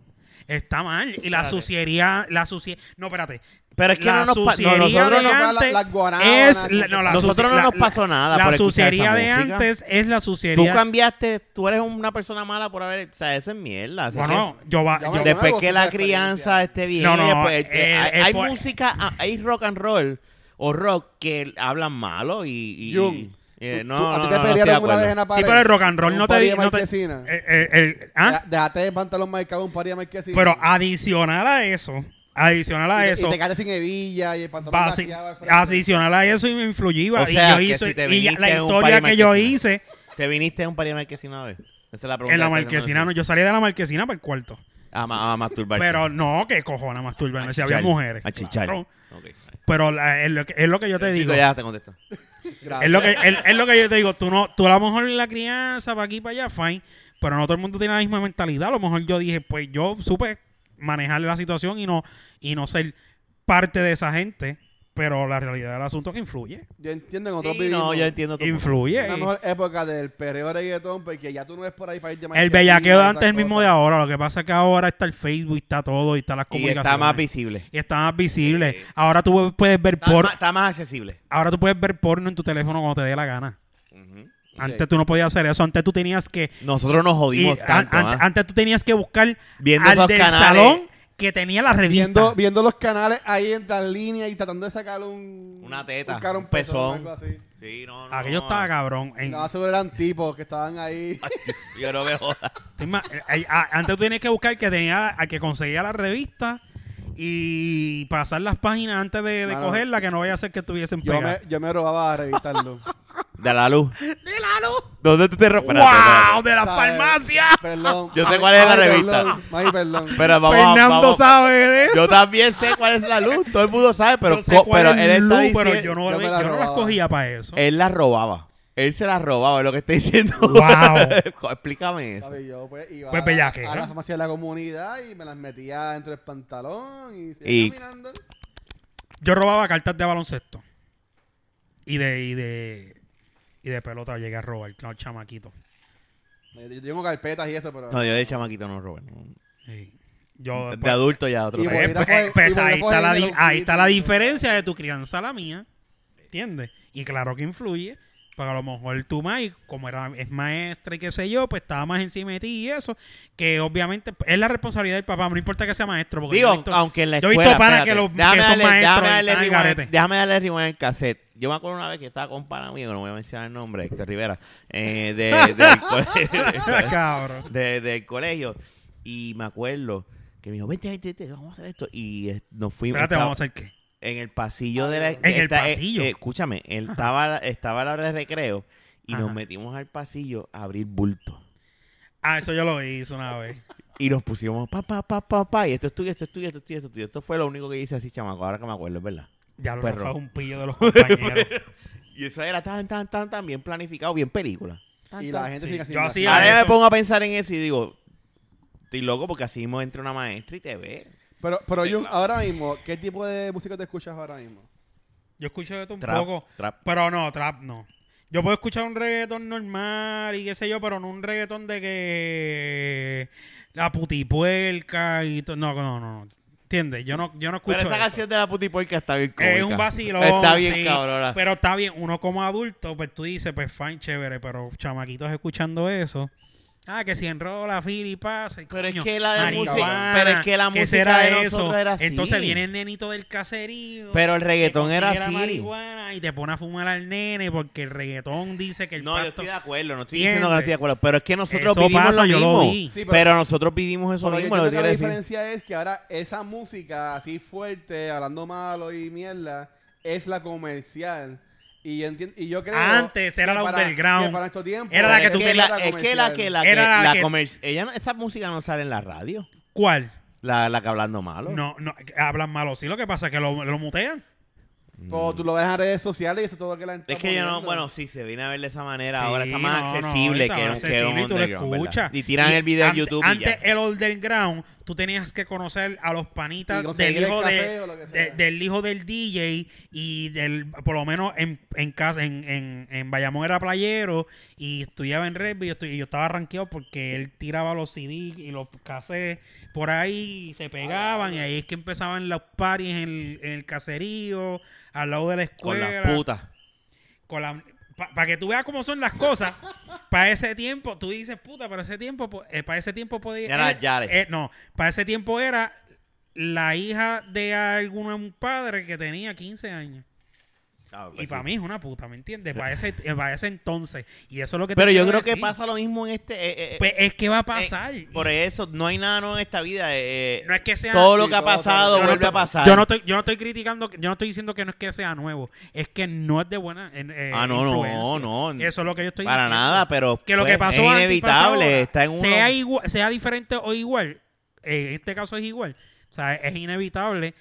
Está mal. Y la Espérate. suciería, la suciedad. No, espérate. pero es que la no nos pa- suciería no, nosotros de no- la- antes las guanábanas, es la- no, la Nosotros suci- no la- nos pasó nada La por escuchar suciería esa de música. antes es la Tú suciería. cambiaste, tú eres una persona mala por haber, o sea, eso es mierda. o sea, Bueno, yo va. Ya yo- me- después nuevo, que esa la experiencia. crianza esté bien, No, no, pues, eh, eh, hay, eh, hay pues- música, ah, hay rock and roll o rock que hablan malo y... y- Jung, eh, Tú- no, tú- no, a ti no, te no estoy de pelearon una acuerdo. vez en la sí, pared. pero el rock and roll Un no te party de di- no te- marquesina. eh, eh, el- ¿ah? Deja- Déjate de pantalón marcado un par de marquesina. Pero adicional a eso, adicional a y, te- eso, Ah, Y te quedaste sin hebilla y el pantalón basi- vaciado al frente. adicional a eso y me influyía. O y sea, yo que hice, si te y ya- la viniste en un historia par de que yo marquesinas. hice ¿Te viniste a un par de marquesina una vez? Esa es la pregunta. en la que te hacen, marquesina, no, yo salí de la marquesina para el cuarto. A, ma- a masturbarte. Pero no, que cojona masturbarme si había chichar, mujeres. A chichar. claro. Ok. Pero la- es, lo que, es lo que yo te Sí, digo. Ya te contesto. Gracias. Es lo, que, es, es lo que yo te digo. Tú, no, tú a lo mejor la crianza para aquí para allá, fine. Pero no todo el mundo tiene la misma mentalidad. A lo mejor yo dije, pues yo supe manejar la situación y no, y no ser parte de esa gente. Pero la realidad del asunto es que influye. Yo entiendo que nosotros Sí, vivimos no, yo entiendo tu punto. Influye. una mejor época del perreo reggaetón porque ya tú no ves por ahí para ir de El marquesina, bellaqueo de esas antes es el mismo de cosas. ahora. Lo que pasa es que ahora está el Facebook, está todo y está las Y comunicaciones. está más visible. Y está más visible. Sí. Ahora tú puedes ver Está, por más, está más accesible. ahora tú puedes ver porno en tu teléfono cuando te dé la gana. Ujú. Antes tú no podías hacer eso. Antes tú tenías que Nosotros nos Y jodimos an- tanto. ante- ¿ah? Antes tú tenías que buscar Viendo al esos del canales. salón que tenía la revista. Viendo, viendo los canales ahí en tal línea y tratando de sacar un... Una teta, Un, cara, un pezón. algo así. Sí, no, no. Aquello estaba cabrón. En- No, seguro eran tipos que estaban ahí. Yo no me jodas. es más, eh, a- antes tú tenías que buscar que tenía al que conseguía la revista y pasar las páginas antes de, de Mano, cogerla que no vaya a ser que estuviesen Yo me, pegadas. yo me robaba a revistarlo. De la luz. ¡De la luz! ¿Dónde tú te ro- espérate, ¡Wow! espérate. ¡De la ¿Sabes? farmacia! Perdón. Yo sé Ay, cuál es la ay, revista. Pues, perdón, Ay, perdón. Pero vamos, a- Fernando vamos. sabe de eso. Yo también sé cuál es la luz. Todo el mundo sabe, pero, Yo sé co- cuál pero es él está Lu, pero diciendo- Eh, yo no, yo me yo la no las robaba. cogía para eso. Él la robaba. Él se la robaba, es lo que está diciendo. Wow. Explícame eso. Papi, yo pues iba Pues a, la, bellaquera. a la farmacia de la comunidad y me las metía dentro del pantalón y seguía Y- caminando. Yo robaba cartas de baloncesto. Y de, y de, y de pelota llegué a robar, claro, chamaquito. Yo, yo tengo carpetas y eso, pero... No, yo de chamaquito no robo. Sí. Yo, De adulto ya otro. Y pues, Bolígrafo pues, es- pues, y ahí, Bolígrafo está es la, el de di- los ahí está la gritos. diferencia de tu crianza a la mía. ¿Entiendes? Y claro que influye. Porque a lo mejor tu mai, como era, es maestra y qué sé yo, pues estaba más encima de ti y eso. Que obviamente pues, es la responsabilidad del papá. No importa que sea maestro. Porque yo Digo, he visto- aunque en la yo he escuela... visto panas espérate, que los- que déjame son darle, maestros déjame y darle están en rewind- garete. déjame darle rewind en cassette. Yo me acuerdo una vez que estaba con un pana mío, que no voy a mencionar el nombre, Héctor Rivera, eh, de, del colegio- Cabrón. de- del colegio. Y me acuerdo que me dijo, vente, vente, vente, vamos a hacer esto. Y eh, nos fuimos... Espérate, estaba- vamos a hacer qué. En el pasillo de la... En el esta- eh, pasillo. eh, escúchame, él estaba, estaba a la hora de recreo y nos Ajá. metimos al pasillo a abrir bulto. Ah, eso yo lo hice una vez. Y nos pusimos pa, pa, pa, pa, pa. Y esto es tuyo, esto es tuyo, esto es tuyo, esto es tuyo. Esto fue lo único que hice así, chamaco. Ahora que me acuerdo, es verdad. Ya lo Perro. fue un pillo de los compañeros. Y eso era tan, tan, tan, tan bien planificado, bien película. Tan, Y tan. la gente Sí, sigue así. yo hacía Ahora yo eso. me pongo a pensar en eso y digo, estoy loco porque así mismo entra una maestra y te ve. Pero, pero Jun, ahora mismo, ¿qué tipo de música te escuchas ahora mismo? Yo escucho de todo un Trap, poco. trap. Pero no, trap no. Yo puedo escuchar un reggaetón normal y qué sé yo, pero no un reggaetón de que la putipuerca y todo. No, no, no. no. ¿Entiendes? Yo no, yo no escucho Pero esa eso. canción de la putipuerca está bien cómica. es un vacilón. Está bien sí, cabrona. Pero está bien, uno como adulto, pues tú dices, pues fine, chévere, pero chamaquitos escuchando eso, Ah, que si enrola, Fili, pasa. y Pero es coño, que la de marihuana, música- pero es que la ¿qué música será de nosotros era así. Entonces viene el nenito del caserío. Pero el reggaetón que era considera así. marihuana y te pone a fumar al nene porque el reggaetón dice que el No, yo pasto- estoy de acuerdo, no estoy ¿Entiendes? diciendo que no estoy de acuerdo, pero es que nosotros Eso vivimos pasa, lo yo lo mismo. vi. Sí, pero, pero- nosotros vivimos eso Pero yo mismo, lo que quiero entiendo que la decir. diferencia es que ahora esa música así fuerte, hablando malo y mierda, es la comercial. Y yo, entien- y yo creo Antes era que la para- underground. que para nuestro tiempo Era la que Es tú que querías la- es que la que la que Era la la que- comer- ella no- esa música no sale en la radio, ¿Cuál? la, la que hablando malo. No, no, hablan malo. Sí, lo que pasa es que lo, lo mutean. Pero tú lo ves en redes sociales y eso es todo que la Es está que yo no, poniendo. bueno, sí, se viene a ver de esa manera, Sí, ahora está más no, no, accesible ahorita que, más que accesible un y tú lo underground, ¿verdad? escuchas. Y tiran el video en ante- YouTube y Antes ya. el underground, tú tenías que conocer a los Y panitas del conseguir el hijo, caseo, de, lo que de- sea. del hijo del DJ y del, por lo menos en, en, casa, en, en, en Bayamón era playero y estudiaba en Redby y, estu- y yo estaba rankeado porque él tiraba los CD y los cassettes por ahí y se pegaban y ahí es que empezaban los parties en el, en el caserío, al lado de la con escuela las putas. para que tú veas cómo son las cosas, para ese tiempo, tú dices, puta, para ese tiempo, para ese tiempo podía... Era eh, Yare. eh, no, para ese tiempo era la hija de algún padre que tenía 15 años. Ah, Y pues sí. para mí es una puta, ¿me entiendes? Para ese, eh, para ese entonces. Y eso es lo que... te Pero yo quiero creo que decir. pasa lo mismo en este eh, eh, Pues es que va a eh, pasar. por eso no hay nada nuevo en esta vida. eh, eh, no es que sea... todo lo Sí, que ha todo, todo. yo pasado no vuelve estoy- a pasar. Yo no, estoy, yo no estoy criticando, yo no estoy diciendo que no es que sea nuevo, es que no es de buena. eh, eh, Ah, no, no, influencia. no. Eso es lo que yo estoy para diciendo. nada, pero que lo pues, que pasó es antes y pasó inevitable. ahora, está en uno. sea, igua- sea diferente o igual, eh, en este caso es igual, o sea, es inevitable,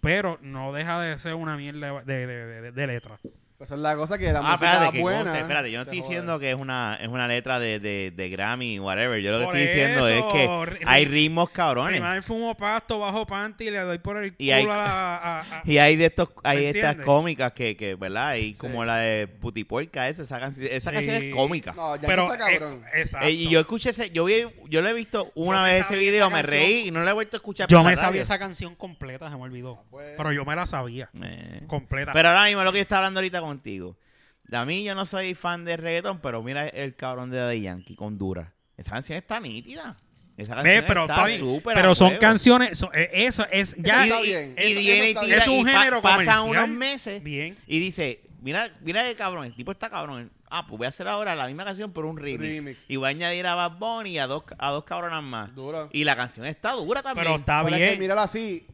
pero no deja de ser una mierda de, de- de- de- de letra. Pues esa es la cosa que la Ah, música espérate, que buena. ¿eh? conste, espérate, yo no se estoy joda. diciendo que es una, es una letra de, de, de Grammy, whatever. Yo lo que Por estoy diciendo eso, es que ri- hay ritmos cabrones. Primero fumo pasto, bajo panty, le doy por el Y culo hay- a la... a- a- Y hay de estos, hay ¿Me estas entiendes? cómicas que, que ¿verdad? Y como Sí. la de Putipuerca, esa, esa, canción, esa Sí. canción es cómica. No, ya pero, está cabrón. eh, exacto. Eh, y yo escuché ese, yo vi, yo lo he visto una Yo me vez ese sabía video, esa me canción. reí y no lo he vuelto a escuchar. Yo por la me sabía radio. esa canción completa, se me olvidó. Ah, pues. Pero yo me la sabía, Eh. completa. Pero ahora mismo lo que yo estaba hablando ahorita contigo. A mí yo no soy fan de reggaetón, pero mira el cabrón de Daddy Yankee con Dura. Esa canción está nítida. Esa Ve, canción pero, eh, está está bien. súper a pero son huevo. canciones, son- eh, eso es ya Sí, y, está y- bien. y viene Eso- eso y está tira- bien. Es un y pa- género Pasan comercial. unos meses bien. y dice, mira, mira qué cabrón, el tipo está cabrón. Ah, pues voy a hacer ahora la misma canción por un remix. Remix. Y voy a añadir a Bad Bunny y a dos, a dos cabronas más. Duro. Y la canción está dura también. Pero está Pero es que bien. míralo así.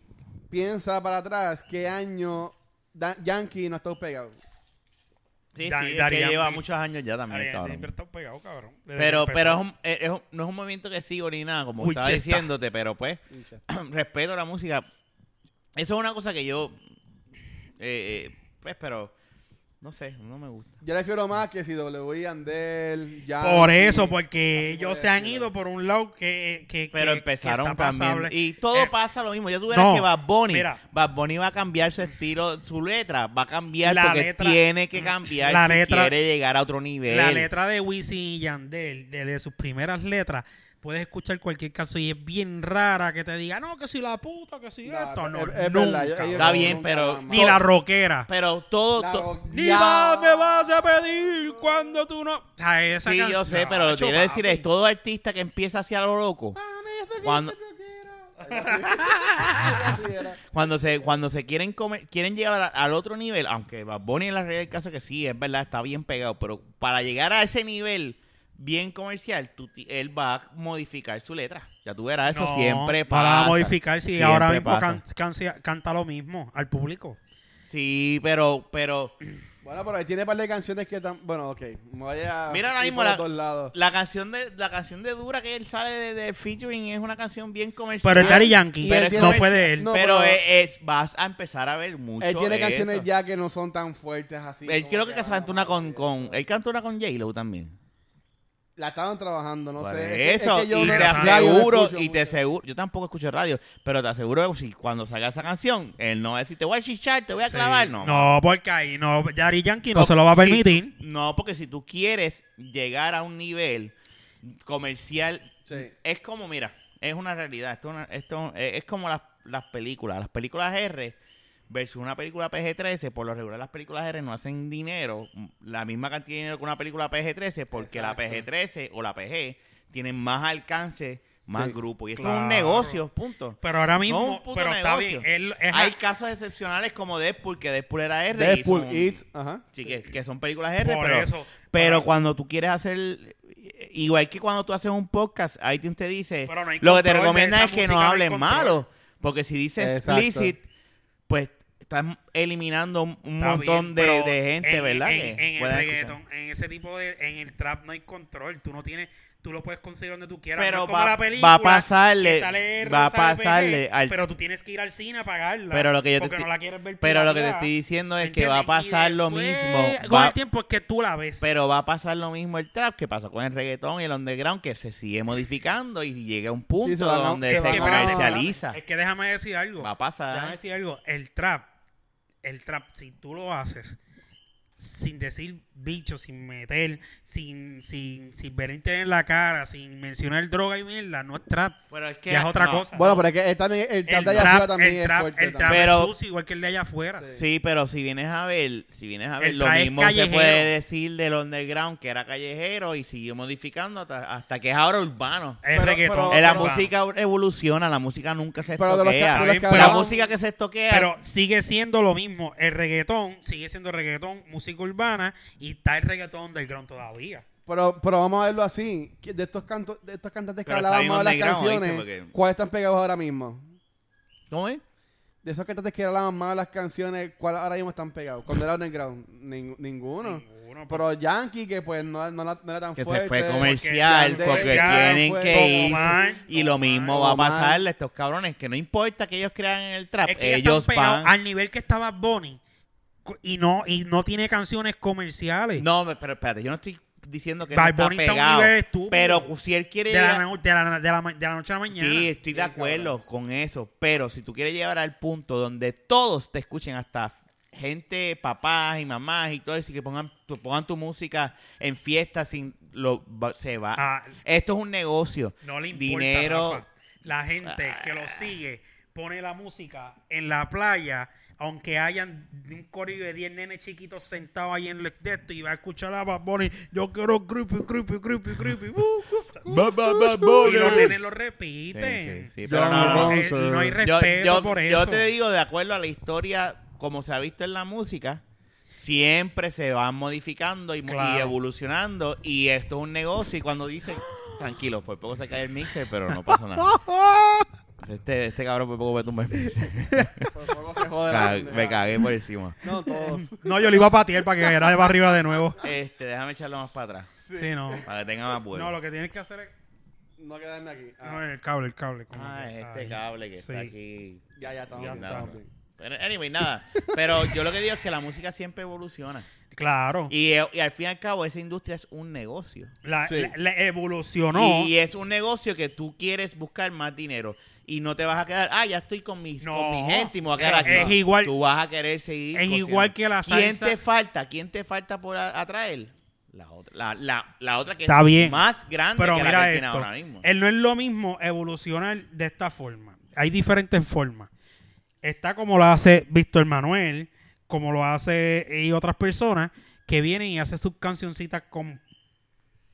Piensa para atrás qué año Da- Yankee no está pegado. Sí, sí, Da- es Daddy que lleva Yankee. muchos años ya también, Ariana, cabrón. siempre está pegado, cabrón. Desde Pero, que pero es empezó. un- eh, es un- no es un movimiento que sigo ni nada, como Uy, estaba chesta. diciéndote, pero pues respeto la música. Eso es una cosa que yo, eh, eh, pues, pero no sé, no me gusta. Yo refiero más que si W. Andel, Yankee. Por eso, porque Así ellos puede se han ser. ido por un lado que, que- que- Pero que empezaron está también. pasable. Y todo Eh, pasa lo mismo. Ya tú verás no, que Bad Bunny, mira. Bad Bunny va a cambiar su estilo, su letra va a cambiar La porque letra- tiene que cambiar la si letra- quiere llegar a otro nivel. La letra de Wisin y Yandel, de, de sus primeras letras, puedes escuchar cualquier caso y es bien rara que te diga, no, que si la puta, que si No, esto. No, es- es nunca. verdad, ellos- ellos Está bien, nunca pero- van más. Ni la rockera. Pero todo, La to- ro- Ni Ya. vas, me vas a pedir cuando tú no. O sea, esa sí, yo canción- sé, pero lo que Nacho, quiero decir es papi. todo artista que empieza hacia lo loco. Ah, Cuando- Cuando... Cuando se, cuando se quieren comer, quieren llegar a- al otro nivel, aunque Bad Bunny en la realidad del caso que sí, es verdad, está bien pegado, pero para llegar a ese nivel bien comercial, tú ti- él va a modificar su letra. Ya tú verás, eso No, siempre No la pasa. va a modificar si Siempre ahora mismo pasa. can- can- canta lo mismo al público. Sí, pero, pero Bueno, pero ahí tiene un par de canciones que están. Bueno, ok. Me voy a. Mira ahora ir mismo por la- otros lados. la canción de la canción de Dura que él sale de, de featuring es una canción bien comercial. Pero el Daddy Yankee y pero él es no tiene- fue de él. no, pero pero- es, es- vas a empezar a ver mucho Él tiene de canciones eso. ya que no son tan fuertes así. Él como creo que, van a cantó una con, madre, con eso. él cantó una con J-Lo también. La estaban trabajando, no Por sé. Es que- eso, es que yo y no- te radio no aseguro, escucho y te mucho. aseguro, yo tampoco escucho radio, pero te aseguro que si cuando salga esa canción, él no va a decir, te voy a chichar, te voy a Sí. clavar, no. No, porque ahí no, Daddy Yankee no Porque se lo va a si- permitir. no, porque si tú quieres llegar a un nivel comercial, Sí. es como, mira, es una realidad, esto, es una- esto es es como las, las películas, las películas R versus una película PG-13, por lo regular las películas R no hacen dinero, la misma cantidad de dinero que una película PG-13, porque Exacto. la PG-13 o la PG tienen más alcance, más Sí. grupo. Y esto es Claro. un negocio, punto. Pero ahora No mismo, un puto pero está bien. negocio. él- es- Hay casos excepcionales como Deadpool, que Deadpool era R. y Deadpool, son- It, ajá. Sí, que, que son películas R, Por pero, eso. pero Ahora- cuando tú quieres hacer... Igual que cuando tú haces un podcast, iTunes te dice... Pero no hay lo control que te de recomienda esa es que música, no no hay hables control. malo. Porque si dices Exacto. explicit, pues estás eliminando un un está bien, montón de, pero de gente, en- ¿verdad? En, que en el puedan escuchar. reggaetón, en ese tipo de, en el trap no hay control. Tú no tienes, tú lo puedes conseguir donde tú quieras. Pero no es como va- la película va a pasarle- que sale R, va a sale PG, pasarle al- Pero tú tienes que ir al cine a pagarla. Pero lo que yo te porque estoy- no la quieres ver. Pero lo que te pirateada, estoy diciendo es que ¿entiendes? va a pasar Y lo después, mismo. Con va- el tiempo es que tú la ves. pero va a pasar lo mismo el trap que pasó con el reggaetón y el underground, que se sigue modificando y llega a un punto Sí, se van a- donde se se, van que, a- espérate, comercializa. espérate, Es que déjame decir algo. Va a pasar. Déjame decir algo. El trap, el trap, si tú lo haces sin decir bicho, sin meter, sin, sin, sin ver internet en la cara, sin mencionar droga y mierda, no es trap. Pero es que Ya es otra no. cosa. Bueno, pero es que él también, el trap de allá afuera también el es trap- fuerte. el trap también. Pero- es sucio, igual que el de allá afuera. Sí. Sí, pero si vienes a ver, si vienes a ver, El lo traje es mismo se callejero. puede decir del underground que era callejero y siguió modificando hasta, hasta que es ahora urbano. Eh, Es Pero- reggaetón. pero- la urbano. música evoluciona, la música nunca se Pero de los que- estoquea. de los que la hablamos- música que se estoquea Pero sigue siendo lo mismo. El reggaetón sigue siendo reggaetón, música urbana, y está el reggaetón del ground todavía. Pero, pero vamos a verlo así. que De estos, cantos, de estos cantantes que Pero está hablábamos de las bien underground, canciones, ¿oíste? Porque- ¿cuáles están pegados ahora mismo? ¿Cómo es? De esos cantantes que hablaban más de las canciones, ¿cuáles ahora mismo están pegados? Cuando era underground, ning- ninguno. Ninguno, Pero Yankee, que pues no, no, la- no era tan que fuerte. se fue comercial Porque porque, ya comercial tienen fue- que Don irse Omar, y Don lo Omar, mismo Don va a Omar. pasarle a estos cabrones que no importa que ellos crean en el trap Es que ya ellos están pegados van al nivel que estaba Bonnie y no y no tiene canciones comerciales. no pero espérate yo no estoy diciendo que Bad no está Bunny está a un pegado nivel estúpido. pero si él quiere de, la, llegar- na- de, la, de, la, ma- de la noche a la mañana. sí estoy de Sí, cabrón. acuerdo con eso pero si tú quieres llegar al punto donde todos te escuchen hasta gente papás y mamás y todo eso y que pongan tu, pongan tu música en fiestas sin lo va- se va Ah, esto es un negocio no le importa. dinero Ah. Rafa. La gente que lo sigue pone la música en la playa, aunque hayan un corillo de 10 nenes chiquitos sentados ahí en el de esto y va a escuchar a Bad Bunny. Yo quiero creepy, creepy, creepy, creepy. uh, uh, y los nenes lo repiten. Sí, sí, sí, pero Yo no, no, no. Ron- Eh, Entonces, no hay Yo, respeto yo- por eso. yo te digo, de acuerdo a la historia, como se ha visto en la música, siempre se van modificando y, y Claro. evolucionando. Y esto es un negocio. Y cuando dicen, tranquilo, por poco se cae el mixer, pero no pasa nada. Este, este cabrón por poco me tumba el mixer. Por favor, se jode la Ca- pendeja. Me cagué por encima. No, todos. No, yo le iba a patear para que cayera de para arriba de nuevo. Este, déjame echarlo más para atrás, Sí, no. para que tenga más No, vuelo. lo que tienes que hacer es. No quedarme aquí. Ah, No, el cable, el cable. como que- Ah, es ahí. este cable que está Sí. aquí. ya, ya estamos Ya bien. estamos. estamos bien. Pero, anyway, nada. Pero yo lo que digo es que la música siempre evoluciona. Claro. Y, eh, y al fin y al cabo, esa industria es un negocio. la, Sí. la- la evolucionó. Y es un negocio que tú quieres buscar más dinero. Y no te vas a quedar, ah, ya estoy con, mis, No. con mi gente y me voy a quedar aquí. Es No. igual- Tú vas a querer seguir. es cociendo. igual que la ¿Quién salsa. te falta? ¿Quién te falta por a- atraer? La otra, la, la, la otra que Está es bien. más grande Pero que la mira que tiene esto. ahora mismo. Él no es lo mismo evolucionar de esta forma. Hay diferentes formas. Está como lo hace Víctor Manuel, como lo hace y otras personas que vienen y hacen sus cancioncitas con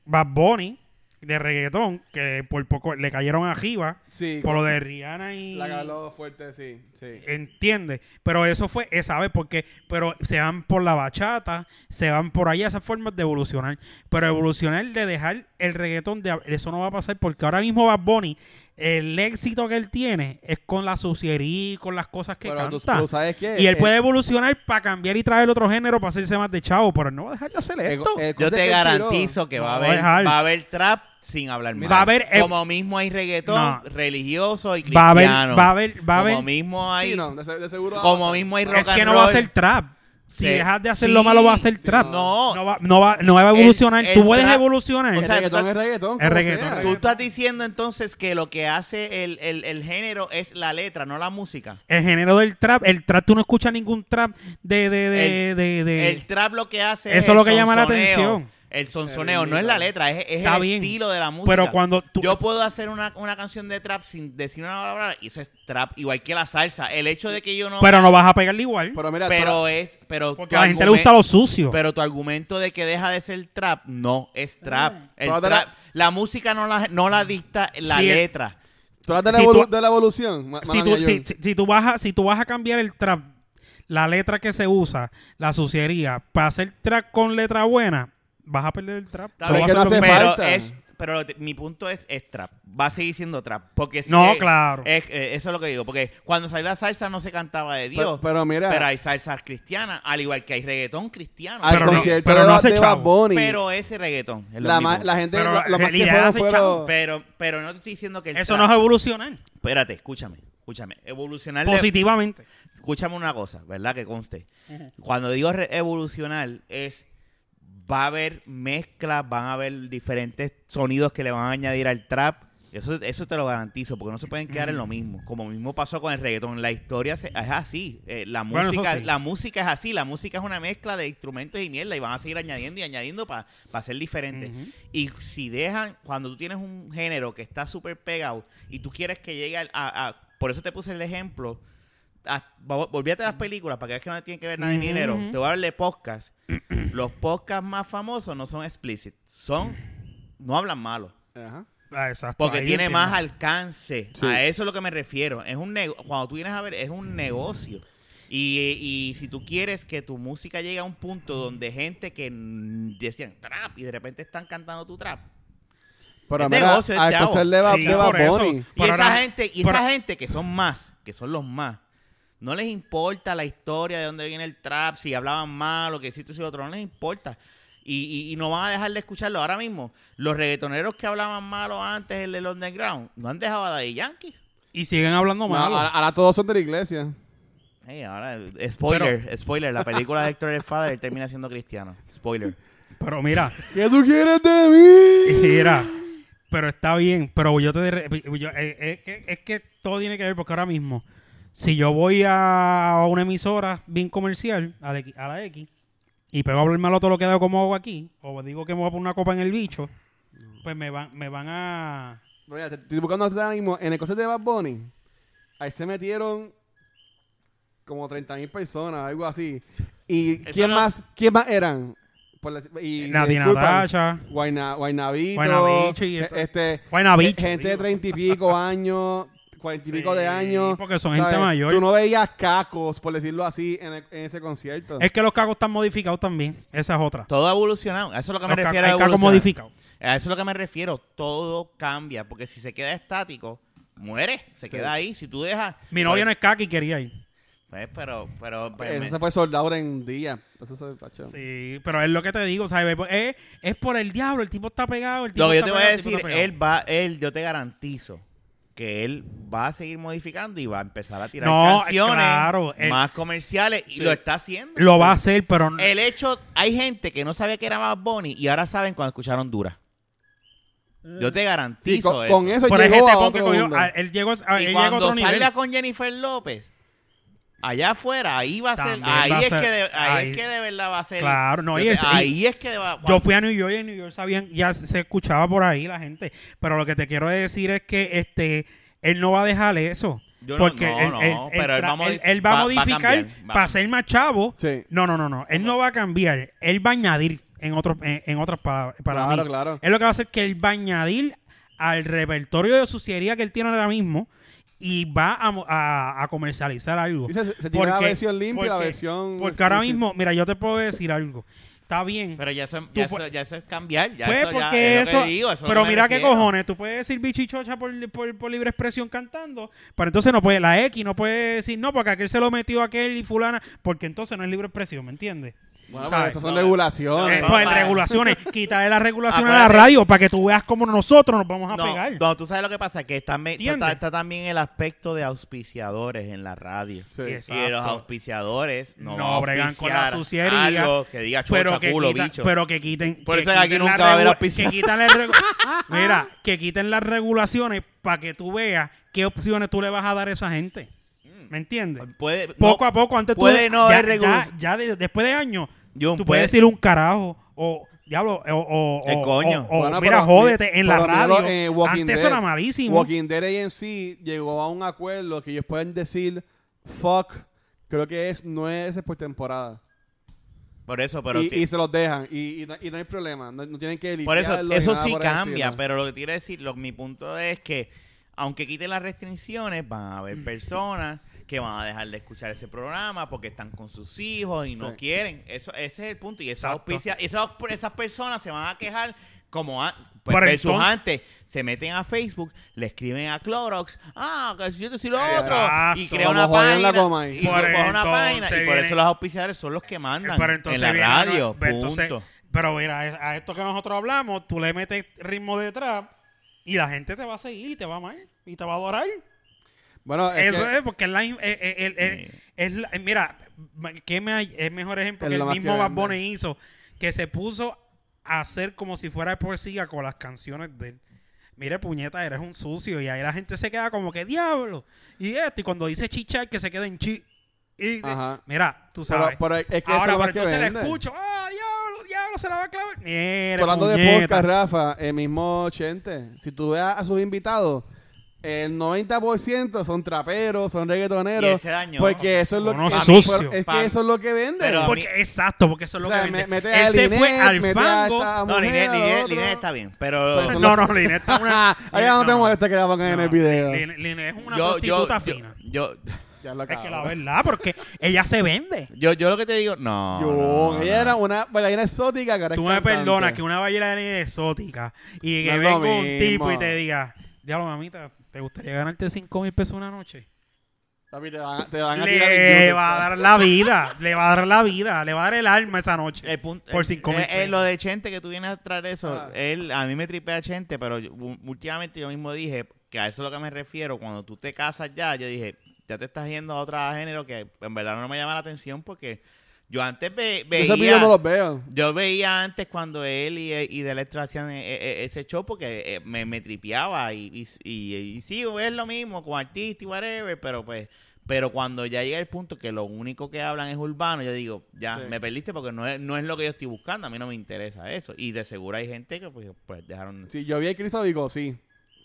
Bad Bunny de reggaetón, que por poco le cayeron arriba Sí, por lo de Eh, Rihanna y la caló fuerte, sí. sí. entiende pero eso fue eh, esa vez porque pero se van por la bachata se van por allá esas formas de evolucionar pero evolucionar de dejar el reggaetón de eso no va a pasar porque ahora mismo Bad Bunny el éxito que él tiene es con la suciería y con las cosas que Pero tú, canta tú sabes que... y él puede evolucionar para cambiar y traer otro género para hacerse más de chavo pero él no va a dejar de hacer esto Yo te garantizo que va a No, haber, dejar. va a haber trap sin hablar mal. Va a haber- eh, Como mismo hay reggaetón No. religioso y va a cristiano. haber va a haber va a Como haber- mismo hay... Sí, no, de, se- de seguro va a Como pasar. mismo hay rock es que and no va a roll. ser trap si Sí. dejas de hacer Sí, lo malo va a ser sí, trap no. no va, no va, no va a El- evolucionar el tú puedes trap- evolucionar o El sea, reggaetón tú- es reggaetón. Es como reggaetón, sea. es Tú estás diciendo entonces que lo que hace el, el- el género es la letra, no la música. El género del trap, el trap, tú no escuchas ningún trap de... de, de, de, de- El trap lo que hace Eso es es lo el que llama la sonsoneo. atención. El sonsoneo no es la letra, es, es Está el bien, estilo de la música. Pero cuando tú. Yo puedo hacer una, una canción de trap sin decir una palabra y eso es trap, igual que la salsa. El hecho de que yo no... pero no vas a pegarle igual. Pero mira, pero es... Pero porque tu a la gente le argumen- gusta lo sucio. Pero tu argumento de que deja de ser trap, no, es trap. El Pero de la- trap- la música no la, no la dicta la Sí, el- letra. tú hablas de, la si tú- evolu- de la evolución. ma- si mala tú, mía, si, John. si- si tú vas a, si tú vas a cambiar el trap, la letra que se usa, la suciería, para hacer trap con letra buena, vas a perder el trap. Está No Pero bien, vas es a que no hacer lo hace mismo. pero falta. es- pero lo que- mi punto es, es trap. Va a seguir siendo trap. Porque si No, es- claro. es- eh, eso es lo que digo. Porque cuando salió la salsa no se cantaba de Dios. Pero, pero mira, pero hay salsas cristianas, al igual que hay reggaetón cristiano. al Pero no- concierto pero de, no Ba- hace de chavo. Bad Bunny, pero ese reggaetón. es lo la, mismo. ma- la gente, Pero lo, lo más que realidad fueron hace chavo, fueron... pero, pero no te estoy diciendo que el Eso trap- no es evolucionar. Espérate, escúchame. Escúchame. Evolucionar... de- Positivamente. escúchame una cosa, ¿verdad? Que conste. Cuando digo re- evolucionar es va a haber mezclas, van a haber diferentes sonidos que le van a añadir al trap. Eso, eso te lo garantizo, porque no se pueden quedar en lo mismo. Como mismo pasó con el reggaetón. La historia se- es así. eh, la, Bueno, eso música, sí. la música es así. La música es una mezcla de instrumentos y mierda. Y van a seguir añadiendo y añadiendo para ser diferentes. Ujú. Y si dejan, cuando tú tienes un género que está súper pegado y tú quieres que llegue al- a, a- Por eso te puse el ejemplo. A, vo- volvíate a las películas para que veas que no tiene que ver nada de Mm. Ujú, dinero. ujú. Te voy a hablar de podcast. Los podcasts más famosos no son explicit. Son. No hablan malo. Ajá. Ah, exacto. Porque ahí tiene entiendo. más alcance. Sí. A eso es lo que me refiero. Es un nego- cuando tú vienes a ver, es Mm. un negocio. Y, y si tú quieres que tu música llegue a un punto donde gente que mm, decían trap y de repente están cantando tu trap. Pero Es mira, negocio, es al chavo. concierto de, Ba- Sí, de Bad por eso. Bunny, Y Pero esa ahora- gente, y pero- esa gente que son más, que son los más, no les importa la historia de dónde viene el trap, si hablaban mal o que hiciste si otro, no les importa. Y, y- y no van a dejar de escucharlo ahora mismo. Los reggaetoneros que hablaban malo antes, el del underground, no han dejado a Daddy Yankee. Y siguen hablando No, mal. ahora, ahora todos son de la iglesia. Hey, ahora, eh, spoiler, spoiler, la película de Héctor el Father termina siendo cristiano. Spoiler. Pero mira, ¿Qué tú quieres de mí? mira. Pero está bien. Pero yo te. re- yo- eh, eh, eh, es que todo tiene que ver porque ahora mismo. Si yo voy a una emisora bien comercial, a la X, a la X, y pego a hablar malo todo lo que hago como hago aquí, o digo que me voy a poner una copa en el bicho, pues me van, me van a... Pero mira, te- estoy buscando ahora mismo en el concierto de Bad Bunny. Ahí se metieron como 30 mil personas, algo así. ¿Y Eso quién no- más quién más eran? Por la- y, Nadie disculpa, Eh, Natacha. Guayna, Guaynabito, Guaynabicho y e- esto- este, Guaynabicho, gente de digo. 30 y pico años, 40 y pico Sí, de años. porque son gente mayor. Tú no veías cacos, por decirlo así, en, el- en ese concierto. Es que los cacos están modificados también. Esa es otra. Todo ha evolucionado. A eso es lo que me Los ca- refiero. a hay cacos evolucionar. modificados. A eso es lo que me refiero. Todo cambia. Porque si se queda estático, muere. Se Sí. queda ahí. Si tú dejas. Mi novia no pues, es caca y quería ir. pues, pero, pero, pero Eso Pues me- se fue soldado en un día. Eso se tacho. Sí, pero es lo que te digo, ¿sabes? Pues, Es, es por el diablo, el tipo está pegado, el tipo Lo que está yo te voy a pegado, el tipo decir, está pegado. él va, él, yo te garantizo que él va a seguir modificando y va a empezar a tirar No, canciones claro, él- más comerciales y Sí. lo está haciendo. Lo va a hacer, pero... no- El hecho, hay gente que no sabía que era Bad Bunny y ahora saben cuando escucharon Dura. Yo te garantizo Mm. Sí, eso. con, con eso Pero es llegó ese a pon que otro cogió, mundo. a- él llegó, a, y Ah, él llegó a cuando otro nivel. salga con Jennifer López, allá afuera, ahí va a ser, También ahí, va a es, ser- que de, ahí, ahí- es que de verdad va a ser. Claro, no, yo y te- es- y- ahí es que va. Yo fui a New York y en New York sabían, ya se escuchaba por ahí la gente. Pero lo que te quiero decir es que este él no va a dejar eso. Yo no- porque no, él, no, él- él pero él tra- va a modi- él- él va a va- va a modificar cambiar, va- para ser más chavo. Sí. No, no, no, no. Él no va a cambiar. Él va a añadir, en, otros en, en otras palabras, para Claro, mí. claro. Es lo que va a hacer que él va a añadir al repertorio de suciería que él tiene ahora mismo y va a, mo- a- a comercializar algo. Sí, se- se tiene la versión limpia y la porque- versión Porque ahora explícita. mismo, mira, yo te puedo decir algo. Está bien. Pero ya eso, ya, Tú pu- eso, ya eso es cambiar. Ya Pues, eso, ya porque es lo eso. que digo, eso es lo pero que me mira qué refiero. cojones. Tú puedes decir bichichocha por, por, por libre expresión cantando. Pero entonces no puede. La X no puede decir no, porque aquel se lo metió a aquel y fulana. Porque entonces no es libre expresión, ¿me entiendes? Bueno, ¿Sabes? pues esas son No, Eh, regulaciones. no, pues en para- regulaciones, quitarle la regulación a la Acuérdate. radio para que tú veas cómo nosotros nos vamos a pegar. No, no, tú sabes lo que pasa, que está, me- ¿Entiendes? está, está también el aspecto de auspiciadores en la radio. Sí. Yes. Y los Exacto. auspiciadores no, No van a bregan con la auspiciar suciería, algo que diga chocha, pero que, culo, quita- bicho. pero que quiten. Por que eso es que aquí quiten la nunca va a haber regu- auspicio. que quitan la regu- Mira, que quiten las regulaciones para que tú veas qué opciones tú le vas a dar a esa gente. ¿Me entiendes? Puede- Mm. Pues, no- Poco a poco, antes tú. puede no ya, haber regulación. pues. ya- ya de- después de años, Jun, tú puede- puedes decir un carajo o Diablo, o, o, El o- Eh, coño. o- o Bueno, oh, mira, pero- jódete en la pero míralo, radio. eh, Walking Antes eso Dead. era malísimo. Walking Dead AMC llegó a un acuerdo que ellos pueden decir fuck, creo que es nueve veces por temporada. Por eso, pero. y, ti- y se los dejan. Y, y no, y no hay problema. No, no tienen que por eso, limpiarlo ni eso nada sí por el cambia, pues. estilo. pero lo que te quiero decir, lo- mi punto es que, aunque quiten las restricciones, van a haber personas que van a dejar de escuchar ese programa porque están con sus hijos y no Sí. quieren. Eso, ese es el punto. Y esas, Exacto. auspicia- esas, esas personas se van a quejar como a- pues, Pero versus entonces- antes. Se meten a Facebook, le escriben a Clorox, ah, que si yo te soy lo otro, y Exacto. crea Como una jodían la página, goma ahí. y Por cogen una entonces página, y por viene- eso los auspiciadores son los que mandan Pero entonces en viene la una- radio, pero entonces- punto. pero mira, a a esto que nosotros hablamos, tú le metes ritmo detrás y la gente te va a seguir y te va a amar y te va a adorar. Bueno, es Eso que- es porque es la... in- eh, eh, el- el- Sí. es la- eh, mira, ¿qué me, hay- es mejor ejemplo Es que lo el más mismo que Bad vende. Bunny hizo? Que se puso a hacer como si fuera de poesía con las canciones de él. Mire, puñeta, eres un sucio. Y ahí la gente se queda como que, diablo. Y esto, y cuando dice chichar, que se queda en chi... Y, Ajá. Mira, tú pero, sabes. pero es que eso es Ahora, lo pero más que entonces la vende. escucho. ¡Ah, diablo, diablo! Se la va a clavar. Tú Mira, Hablando de puñeta. podcast, Rafa, el mismo Chente, si tú ves a sus invitados, el 90% son traperos, son reggaetoneros. Y él se dañó. Porque eso es lo Unos pues, que sucios. pero Es Pam. que eso es lo que vende. Pero- Porque, exacto, porque eso es o lo sea, que me, vende. mete a Él se Linet, fue al mete a fango. esta No, mujer, Linet, al Linet, otro. Linet está bien, pero... Pero eso No, no, Linet está una. Allá no, Linet, te molesta que la pongan en el video. Linet, Linet es una prostituta fina. Yo, Ya lo es que la acabo. verdad, porque ella se vende. yo, yo lo que te digo, no. Yo, no, ella no. era una bailarina exótica que ahora es Tú me cantante. perdonas que una bailarina exótica y que No es lo venga un tipo y mismo. te diga, diablo mamita, ¿te gustaría ganarte 5 mil pesos una noche? Papi, te van, a- te van a tirar Le el- va a dar la vida, le va a dar la vida, le va a dar el alma esa noche. El punto- Por eh, cinco mil eh, eh, pesos. Lo de Chente que tú vienes a traer eso, Ah. él, a mí me tripea Chente, pero yo- u- últimamente yo mismo dije que a eso es lo que me refiero. Cuando tú te casas ya, yo dije, ya te estás yendo a otro género que en verdad no me llama la atención porque yo antes ve- veía... Esos videos no los veo. Yo veía antes cuando él y, y de Electra hacían eh, eh, ese show porque eh, me, me tripeaba y, y, y, y sí, es lo mismo con artistas y whatever, pero pues, pero cuando ya llega el punto que lo único que hablan es urbano, yo digo, ya, Sí. me perdiste porque no es, no es lo que yo estoy buscando, a mí no me interesa eso. Y de seguro hay gente que pues, pues dejaron... Sí, yo vi a Cristo Vigo, sí.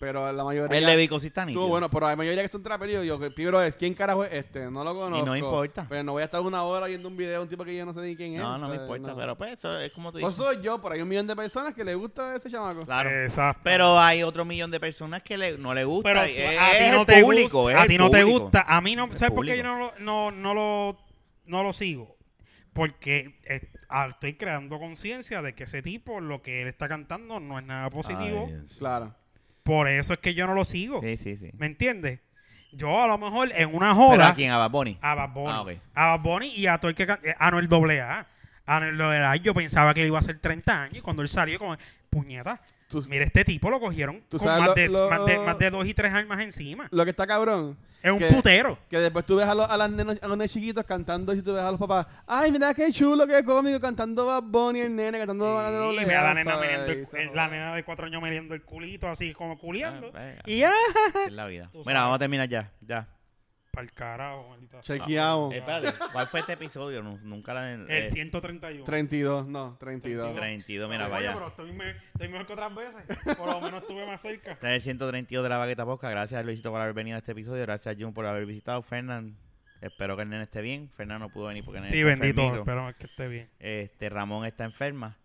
Pero la mayoría. el de Vico sí está nítido. Tú, bueno, pero la mayoría que son traperos, yo que primero es quién carajo es este, no lo conozco. importa. Pero no voy a estar una hora viendo un video de un tipo que yo no sé ni quién es. no, no me ¿sabes? importa, ¿eh? No. pero pues eso es como tú No dices. soy yo, pero hay un millón de personas que le gusta ese chamaco. Claro. Exacto. Pero hay otro millón de personas que le- no le gusta. Pero y es- a ti es no el te público, es gusta. A el ti no te público. gusta. A mí no. El ¿Sabes por qué yo público. no lo, no, no lo, no lo sigo? Porque eh, ah, estoy creando conciencia de que ese tipo, lo que él está cantando, no es nada positivo. Ay, Dios. Claro. Por eso es que yo no lo sigo. Sí, sí, sí. ¿Me entiendes? Yo a lo mejor en una ¿Pero joda a quién? ¿A Bad Bunny? a Bad Bunny. Ah, ok. A Bad Bunny y a todo el que can- eh, a Noel doble A. A Noel doble A, yo pensaba que él iba a hacer 30 años y cuando él salió como puñeta. Tú- Mira, este tipo lo cogieron Tú con sabes más, lo- de, lo- más de- más de dos y tres armas encima. Lo que está cabrón, Es un ¿Qué? putero. que después tú ves a los, a las nenas- a los nenes chiquitos cantando y tú ves a los papás, ay, mira qué chulo, qué cómico, cantando Bad Bunny, el nene, cantando Bad Bunny. Y ve a la nena, meneando el- eh, la nena de cuatro años meriendo el culito así como culiando. Ah, vaya. y ya. Es la vida. Tú Mira, sabes. vamos a terminar ya. Ya. Para el carajo, maldita. Chequeamos. Eh, espérate, ¿cuál fue este episodio? Nu- Nunca la. El eh, 131. 32, no, 32. 32, mira, Coño, Pero vaya. estoy, me- estoy mejor que otras veces. Por lo menos estuve más cerca. Está en Este el 132 de la Bagueta Posca. Gracias, Luisito, por haber venido a este episodio. Gracias, Jun, por haber visitado. Fernán, espero que el nene esté bien. Fernán no pudo venir porque el nene Sí, está bendito. enfermito. Espero que esté bien. Este, Ramón está enferma.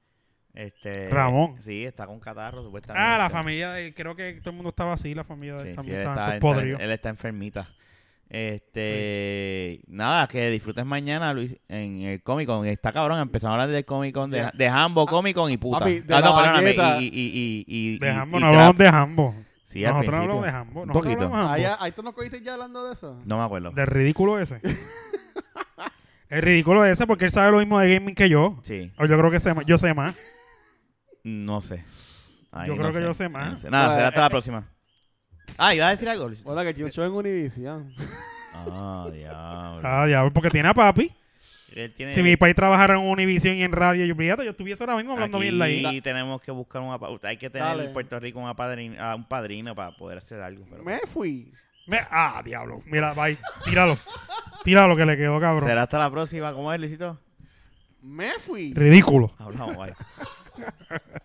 Este, Ramón. Sí, está con catarro, supuestamente. Ah, la familia de. Creo que todo el mundo estaba así. La familia de Sí, él sí, también él, estaba está, todo podrido. él está enfermita. Este, nada, que disfrutes mañana, Luis, en el Comic Con. Está cabrón, empezamos a hablar del Comic Con, de, Ya. de Ah, Hambo, Comic Con y puta. papi, de Ah, no, la perdóname, baqueta. y, y, y, y, y- Dejamos, y no trap. hablamos de Hambo. Sí, al Nosotros no hablamos de principio. Hambo. Un Nosotros poquito. hablamos de Ahí, Hambo. ahí tú nos cogiste ya hablando de eso. No me acuerdo. Del ridículo ese. el ridículo ese porque él sabe lo mismo de gaming que yo. Sí, O yo creo que sé más. Yo sé más. no sé. Ay, Yo no creo que yo sé más. No sé. Nada, Bueno, será hasta la eh, próxima. Ah, iba a decir algo, Luis. Hola, que tiene un show en Univision. Ah, diablo. Ah, diablo, porque tiene a papi. Él tiene. Si mi país trabajara en Univision y en radio, yo, fíjate, yo estuviese ahora mismo hablando bien la Aquí tenemos que buscar un apa- Hay que tener Dale. en Puerto Rico un, apadrin- ah, un padrino para poder hacer algo. Pero Me fui. Me- Ah, diablo. Mira, bye. Tíralo. Tíralo que le quedó, cabrón. Será hasta la próxima. ¿Cómo es, Luisito? Me fui. Ridículo. Hablamos, bye.